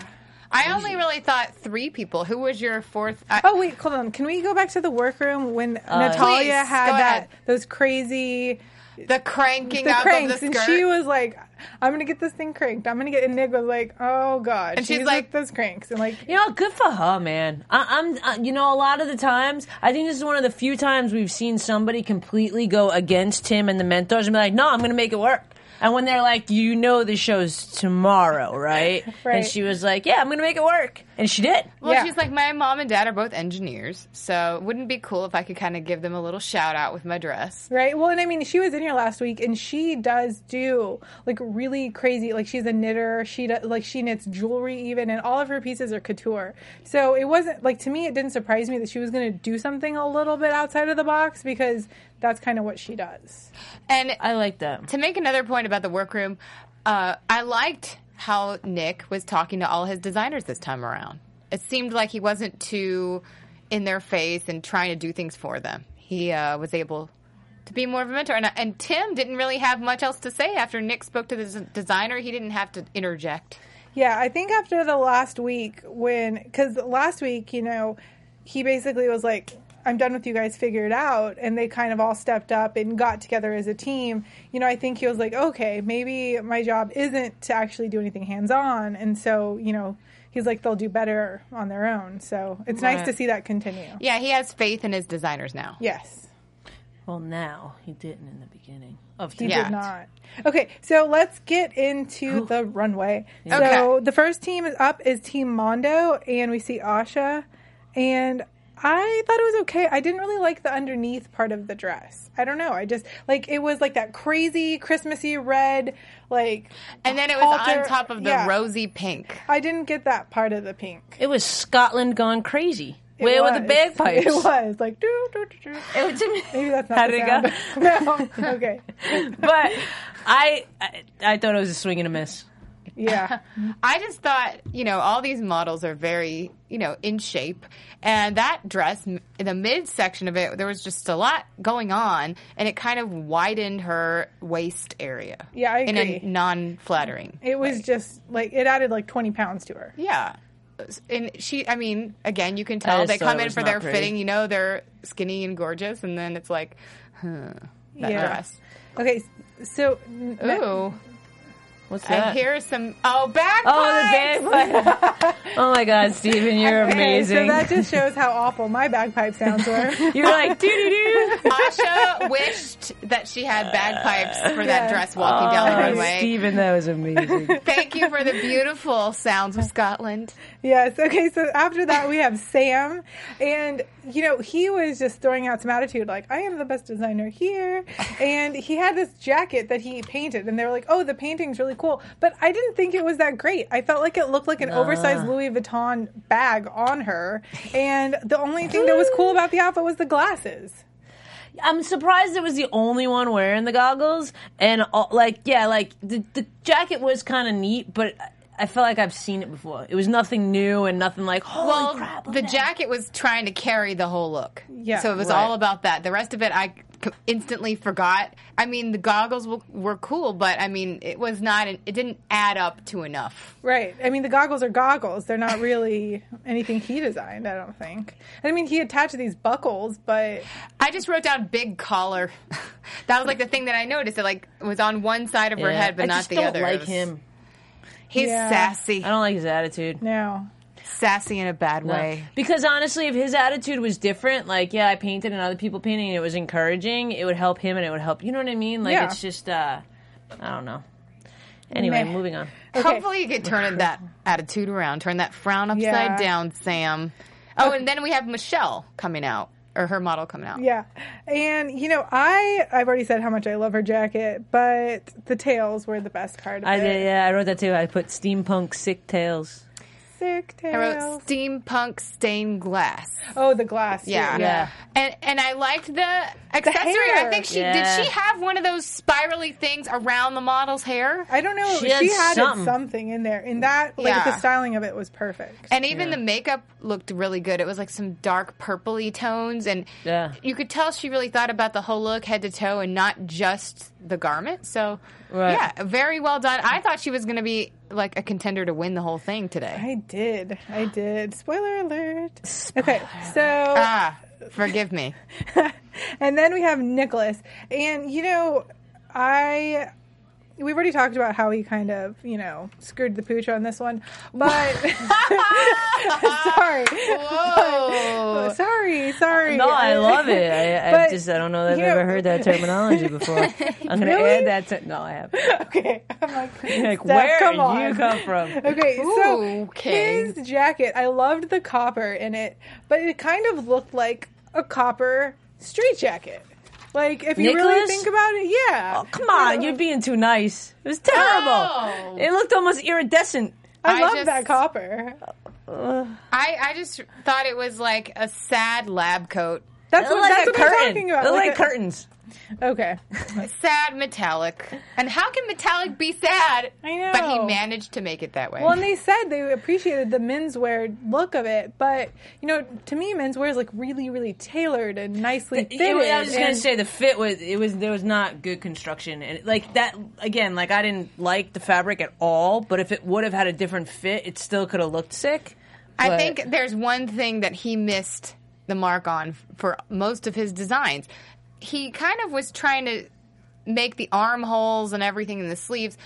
Speaker 5: I only really thought three people. Who was your fourth? uh, I,
Speaker 8: Oh wait, hold on. Can we go back to the workroom when
Speaker 9: Uh,
Speaker 8: Natalia
Speaker 5: Please,
Speaker 8: had
Speaker 5: go
Speaker 8: that
Speaker 5: ahead.
Speaker 8: those crazy
Speaker 5: the cranking
Speaker 8: the
Speaker 5: up
Speaker 8: cranks,
Speaker 5: of the
Speaker 8: and
Speaker 5: skirt.
Speaker 8: she was like, "I'm gonna get this thing cranked. I'm gonna get." And Nick was like, "Oh God!"
Speaker 5: And she's
Speaker 8: with
Speaker 5: like-
Speaker 8: "Those cranks," and like,
Speaker 9: You know, good for her, man. I, I'm, uh, you know, a lot of the times, I think this is one of the few times we've seen somebody completely go against him and the mentors and be like, no, I'm going to make it work. And when they're like, you know, the show's tomorrow, right?
Speaker 8: Right.
Speaker 9: And she was like, yeah, I'm going to make it work. And she did.
Speaker 5: well,
Speaker 8: yeah.
Speaker 5: she's like, my mom and dad are both engineers, so it wouldn't it be cool if I could kind of give them a little shout out with my dress.
Speaker 8: right. Well, and I mean, she was in here last week, and she does do like really crazy. Like she's a knitter. She do, like she knits jewelry even, and all of her pieces are couture. So it wasn't like to me, it didn't surprise me that she was gonna do something a little bit outside of the box because that's kind of what she does.
Speaker 5: And
Speaker 9: I like that.
Speaker 5: to make another point about the workroom, uh, I liked how Nick was talking to all his designers this time around. It seemed like he wasn't too in their face and trying to do things for them. He uh, was able to be more of a mentor. And, uh, and Tim didn't really have much else to say after Nick spoke to the des- designer. He didn't have to interject.
Speaker 8: Yeah, I think after the last week, when because last week, you know, he basically was like, "I'm done with you guys, figure it out," and they kind of all stepped up and got together as a team. You know, I think he was like, "Okay, maybe my job isn't to actually do anything hands on," and so you know, he's like, "They'll do better on their own." So it's nice to see that continue.
Speaker 5: Yeah, he has faith in his designers now.
Speaker 8: Yes.
Speaker 9: Well, now he didn't in the beginning of
Speaker 8: He
Speaker 9: time.
Speaker 5: Yeah.
Speaker 8: did not. Okay, so let's get into the runway. So
Speaker 5: Okay.
Speaker 8: the first team is up is Team Mondo, and we see Asha. And I thought it was okay. I didn't really like the underneath part of the dress. I don't know. I just like it was like that crazy Christmassy red, like,
Speaker 5: and then it was
Speaker 8: halter-
Speaker 5: on top of the
Speaker 8: yeah.
Speaker 5: rosy pink.
Speaker 8: I didn't get that part of the pink.
Speaker 9: It was Scotland gone crazy.
Speaker 8: It
Speaker 9: Where
Speaker 8: was.
Speaker 9: were the bagpipes?
Speaker 8: It was like doo, doo, doo, doo.
Speaker 9: It was-
Speaker 8: Maybe that's not
Speaker 9: How
Speaker 8: the
Speaker 9: did it
Speaker 8: sound. no, okay,
Speaker 9: but I, I I thought it was a swing and a miss.
Speaker 8: yeah.
Speaker 5: I just thought, you know, all these models are very, you know, in shape. And that dress, m- the midsection of it, there was just a lot going on. And it kind of widened her waist area.
Speaker 8: Yeah, I agree.
Speaker 5: In a non flattering.
Speaker 8: It was just like it added like twenty pounds to her.
Speaker 5: Yeah. And she, I mean, again, you can
Speaker 9: I
Speaker 5: tell
Speaker 9: just
Speaker 5: they
Speaker 9: thought
Speaker 5: come
Speaker 9: it
Speaker 5: in
Speaker 9: was
Speaker 5: for
Speaker 9: not
Speaker 5: their
Speaker 9: pretty.
Speaker 5: fitting. You know, they're skinny and gorgeous. And then it's like, huh, that
Speaker 8: Yeah.
Speaker 5: dress.
Speaker 8: Okay, s- so n-
Speaker 5: Ooh.
Speaker 9: What's
Speaker 5: And
Speaker 9: that?
Speaker 5: here's some, oh, bagpipes!
Speaker 9: oh, the bagpipe. oh my God, Steven, you're
Speaker 8: okay,
Speaker 9: amazing.
Speaker 8: So that just shows how awful my bagpipe sounds were.
Speaker 9: you're like doo doo doo.
Speaker 5: Asha wished that she had bagpipes for that dress walking down the runway.
Speaker 9: Oh, Steven, that was amazing.
Speaker 5: Thank you for the beautiful sounds of Scotland.
Speaker 8: Yes. Okay. So after that, we have Sam, and you know he was just throwing out some attitude, like I am the best designer here, and he had this jacket that he painted, and they were like, "Oh, the painting's really cool," but I didn't think it was that great. I felt like it looked like an oversized Louis Vuitton bag on her, and the only thing that was cool about the outfit was the glasses.
Speaker 9: I'm surprised it was the only one wearing the goggles, and all, like yeah, like the the jacket was kind of neat, but. I- I feel like I've seen it before. It was nothing new and nothing like holy
Speaker 5: Well,
Speaker 9: crap. look
Speaker 5: the
Speaker 9: at that.
Speaker 5: jacket was trying to carry the whole look.
Speaker 8: Yeah,
Speaker 5: So it was
Speaker 9: right.
Speaker 5: all about that. The rest of it, I c- instantly forgot. I mean, the goggles were, were cool, but I mean, it was not, an, it didn't add up to enough.
Speaker 8: Right. I mean, the goggles are goggles. They're not really anything he designed, I don't think. And I mean, he attached these buckles, but
Speaker 5: I just wrote down big collar. that was like the thing that I noticed. It like was on one side of her
Speaker 9: Yeah.
Speaker 5: head, but
Speaker 9: I
Speaker 5: not
Speaker 9: just
Speaker 5: the
Speaker 9: don't
Speaker 5: other. It
Speaker 9: like
Speaker 5: was-
Speaker 9: him.
Speaker 5: He's
Speaker 8: Yeah.
Speaker 5: sassy.
Speaker 9: I don't like his attitude.
Speaker 8: no.
Speaker 5: Sassy in a bad
Speaker 9: No.
Speaker 5: way.
Speaker 9: Because honestly, if his attitude was different, like yeah, I painted and other people painting, and it was encouraging, it would help him and it would help. You know what I mean? Like
Speaker 8: Yeah.
Speaker 9: it's just, uh I don't know. Anyway,
Speaker 8: Meh.
Speaker 9: moving on.
Speaker 5: Hopefully, you could turn that attitude around, turn that frown upside
Speaker 8: Yeah.
Speaker 5: down, Sam. Oh, and then we have Michelle coming out, or her model coming out.
Speaker 8: Yeah. And you know, I I've already said how much I love her jacket, but the tails were the best part of
Speaker 9: I
Speaker 8: it.
Speaker 9: did, yeah, I wrote that too. I put steampunk sick tales.
Speaker 8: Sick
Speaker 5: I wrote
Speaker 8: tails.
Speaker 5: steampunk stained glass.
Speaker 8: Oh, the glass. too.
Speaker 5: Yeah.
Speaker 9: Yeah.
Speaker 5: And and I liked the accessory. I
Speaker 8: hair.
Speaker 5: think she
Speaker 9: Yeah.
Speaker 5: did she have one of those spirally things around the model's hair?
Speaker 8: I don't know.
Speaker 9: She
Speaker 8: She,
Speaker 9: had
Speaker 8: had
Speaker 9: something.
Speaker 8: something. in there. And that like
Speaker 5: Yeah.
Speaker 8: the styling of it was perfect.
Speaker 5: And even the makeup looked really good. It was like some dark purpley tones and
Speaker 9: Yeah.
Speaker 5: you could tell she really thought about the whole look head to toe and not just the garment. So
Speaker 9: Right.
Speaker 5: yeah, very well done. I thought she was gonna be like a contender to win the whole thing today.
Speaker 8: I did. I did. Spoiler alert. okay. So
Speaker 5: Ah, forgive me.
Speaker 8: and then we have Nicholas. And you know, I we've already talked about how he kind of, you know, screwed the pooch on this one. But sorry.
Speaker 5: Whoa.
Speaker 8: Sorry, sorry.
Speaker 9: No, I love it. I, I
Speaker 8: But,
Speaker 9: just I don't know that I've
Speaker 8: you know-
Speaker 9: ever heard that terminology before. I'm gonna add that. To, no, I have.
Speaker 8: okay. I'm like,
Speaker 9: Like,
Speaker 8: Steph,
Speaker 9: where
Speaker 8: come
Speaker 9: did
Speaker 8: on.
Speaker 9: you come from?
Speaker 8: Okay, so
Speaker 5: Okay.
Speaker 8: his jacket, I loved the copper in it, but it kind of looked like a copper straight jacket. Like if you really
Speaker 9: Nicholas?
Speaker 8: think about it, yeah.
Speaker 9: Oh, come on, you're being too nice. It was terrible.
Speaker 5: Oh.
Speaker 9: It looked almost iridescent.
Speaker 8: I,
Speaker 5: I
Speaker 8: love
Speaker 5: just-
Speaker 8: that copper.
Speaker 5: I, I just thought it was like a sad lab coat.
Speaker 8: That's
Speaker 9: It
Speaker 8: what,
Speaker 9: looked like
Speaker 8: that's
Speaker 9: a
Speaker 8: what I'm
Speaker 9: curtain.
Speaker 8: talking
Speaker 9: It
Speaker 8: about.
Speaker 9: looked
Speaker 8: like
Speaker 9: like curtains.
Speaker 8: a- okay.
Speaker 5: Sad metallic. And how can metallic be sad?
Speaker 8: I know.
Speaker 5: But he managed to make it that way.
Speaker 8: Well, and they said they appreciated the menswear look of it, but you know, to me, menswear is like really, really tailored and nicely
Speaker 9: It-
Speaker 8: fitted.
Speaker 9: it- I was just gonna
Speaker 8: and-
Speaker 9: say the fit was it was there was not good construction and like that again like I didn't like the fabric at all. But if it would have had a different fit, it still could have looked sick.
Speaker 5: I
Speaker 9: But-
Speaker 5: think there's one thing that he missed the mark on f- for most of his designs. He kind of was trying to make the armholes and everything in the sleeves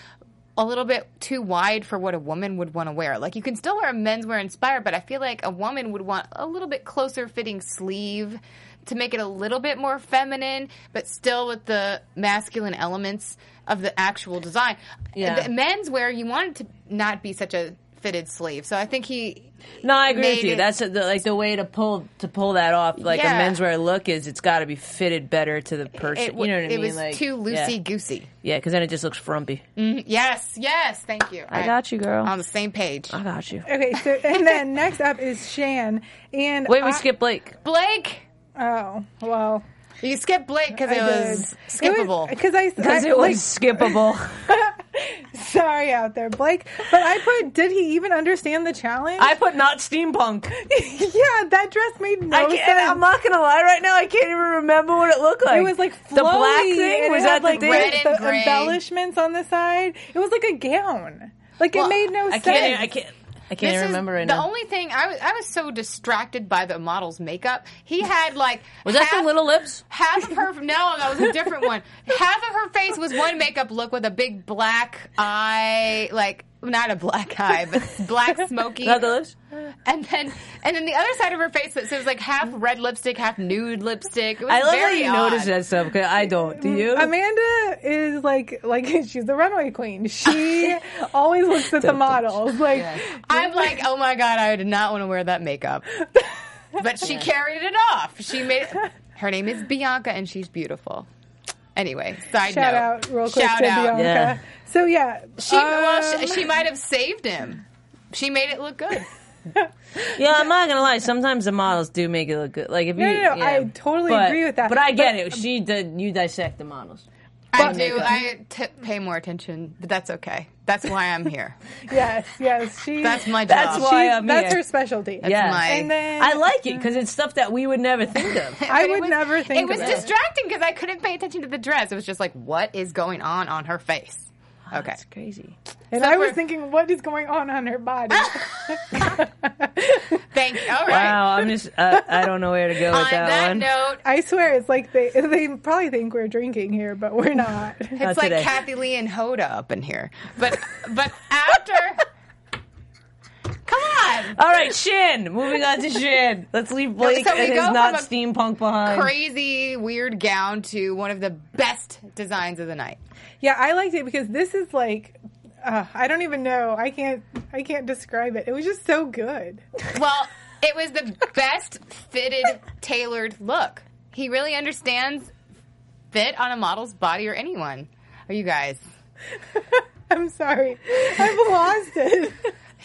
Speaker 5: a little bit too wide for what a woman would want to wear. Like you can still wear a menswear inspired, but I feel like a woman would want a little bit closer fitting sleeve to make it a little bit more feminine, but still with the masculine elements of the actual design.
Speaker 9: Yeah.
Speaker 5: The menswear you want it to not be such a fitted sleeve. So I think he.
Speaker 9: No, I agree
Speaker 5: made
Speaker 9: with you.
Speaker 5: it-
Speaker 9: That's a, the, like the way to pull to pull that off, like
Speaker 5: Yeah.
Speaker 9: a menswear look is it's got to be fitted better to the person.
Speaker 5: It,
Speaker 9: you know what I
Speaker 5: it
Speaker 9: mean?
Speaker 5: was
Speaker 9: like,
Speaker 5: too
Speaker 9: yeah.
Speaker 5: loosey goosey.
Speaker 9: Yeah, because then it just looks frumpy.
Speaker 5: Yes, yes. Thank you.
Speaker 9: I got you, girl.
Speaker 5: On the same page.
Speaker 9: I got you.
Speaker 8: Okay, so and then next up is Shan, and
Speaker 9: Wait,
Speaker 8: I-
Speaker 9: we skipped Blake.
Speaker 5: Blake.
Speaker 8: Oh well,
Speaker 5: You skipped Blake because it was skippable.
Speaker 8: because I
Speaker 9: Because
Speaker 8: I-
Speaker 9: it was
Speaker 8: like,
Speaker 9: skippable.
Speaker 8: sorry out there, Blake. But I put, did he even understand the challenge?
Speaker 9: I put not steampunk.
Speaker 8: yeah, that dress made no
Speaker 9: I can't,
Speaker 8: sense.
Speaker 9: I'm not gonna lie. Right now, I can't even remember what it looked like.
Speaker 8: it was like flowy.
Speaker 9: the black
Speaker 8: and
Speaker 9: thing.
Speaker 8: it
Speaker 9: Was
Speaker 8: had,
Speaker 9: that
Speaker 8: like
Speaker 9: the thing?
Speaker 5: red and
Speaker 8: the
Speaker 5: gray.
Speaker 8: embellishments on the side? It was like a gown. Like it
Speaker 5: Well,
Speaker 8: made no
Speaker 9: I
Speaker 8: sense.
Speaker 9: can't. I can't. I can't
Speaker 5: This
Speaker 9: even
Speaker 5: is
Speaker 9: remember right
Speaker 5: the
Speaker 9: now.
Speaker 5: only thing I was, I was so distracted by the model's makeup. He had like
Speaker 9: was that the
Speaker 5: half-
Speaker 9: little lips?
Speaker 5: Half of her no, that was a different one. Half of her face was one makeup look with a big black eye, like not a black eye, but black smoky.
Speaker 9: Not the lips.
Speaker 5: And then and then the other side of her face that so it was like half red lipstick, half nude lipstick. It was
Speaker 9: I love
Speaker 5: very
Speaker 9: that you
Speaker 5: odd.
Speaker 9: noticed that stuff. Cause I don't. Do you?
Speaker 8: Amanda is like like she's the runway queen. She always looks at the models. Like
Speaker 5: I'm like, oh my god, I did not want to wear that makeup. But she carried it off. She made her name is Bianca and she's beautiful. Anyway, side
Speaker 8: shout
Speaker 5: note.
Speaker 8: out real quick
Speaker 5: Shout
Speaker 8: to
Speaker 5: out.
Speaker 8: Bianca.
Speaker 9: Yeah.
Speaker 8: So yeah,
Speaker 5: She, well,
Speaker 8: um,
Speaker 5: she, she might have saved him. She made it look good.
Speaker 9: Yeah, I'm not gonna lie. Sometimes the models do make it look good. Like if
Speaker 8: No,
Speaker 9: you,
Speaker 8: no, no,
Speaker 9: yeah.
Speaker 8: I totally
Speaker 9: But-
Speaker 8: agree with that.
Speaker 9: But I get
Speaker 8: But-
Speaker 9: it. She did. You dissect the models.
Speaker 5: I do. I t- pay more attention, but that's okay. That's why I'm here.
Speaker 8: yes, yes, she.
Speaker 5: That's my job.
Speaker 9: That's why
Speaker 8: she's-
Speaker 9: I'm
Speaker 8: that's
Speaker 9: here.
Speaker 8: her specialty.
Speaker 9: yeah,
Speaker 5: my-
Speaker 8: And then
Speaker 9: I like it because it's stuff that we would never think of.
Speaker 8: I
Speaker 5: But it
Speaker 8: would
Speaker 5: was-
Speaker 8: never think
Speaker 5: it was
Speaker 8: of
Speaker 5: distracting because I couldn't pay attention to the dress. It was just like, what is going on on her face? Okay.
Speaker 9: That's crazy.
Speaker 8: And I was thinking, what is going on on her body?
Speaker 5: Thank. All right.
Speaker 9: Wow, I'm just. Uh, I don't know where to go
Speaker 5: On
Speaker 9: with
Speaker 5: that,
Speaker 9: one.
Speaker 5: note,
Speaker 8: I swear, it's like they they probably think we're drinking here, but we're not.
Speaker 5: it's like
Speaker 9: today.
Speaker 5: Kathy Lee and Hoda up in here. But but after, come on,
Speaker 9: All right, Shin. Moving on to Shin. Let's leave Blake
Speaker 5: so we
Speaker 9: and his
Speaker 5: go
Speaker 9: not
Speaker 5: from
Speaker 9: steampunk behind.
Speaker 5: crazy weird gown to one of the best designs of the night.
Speaker 8: yeah, I liked it because this is like. Uh, I don't even know. I can't. I can't describe it. It was just so good.
Speaker 5: Well, it was the best fitted, tailored look. He really understands fit on a model's body or anyone. Are you guys?
Speaker 8: I'm sorry. I've lost it.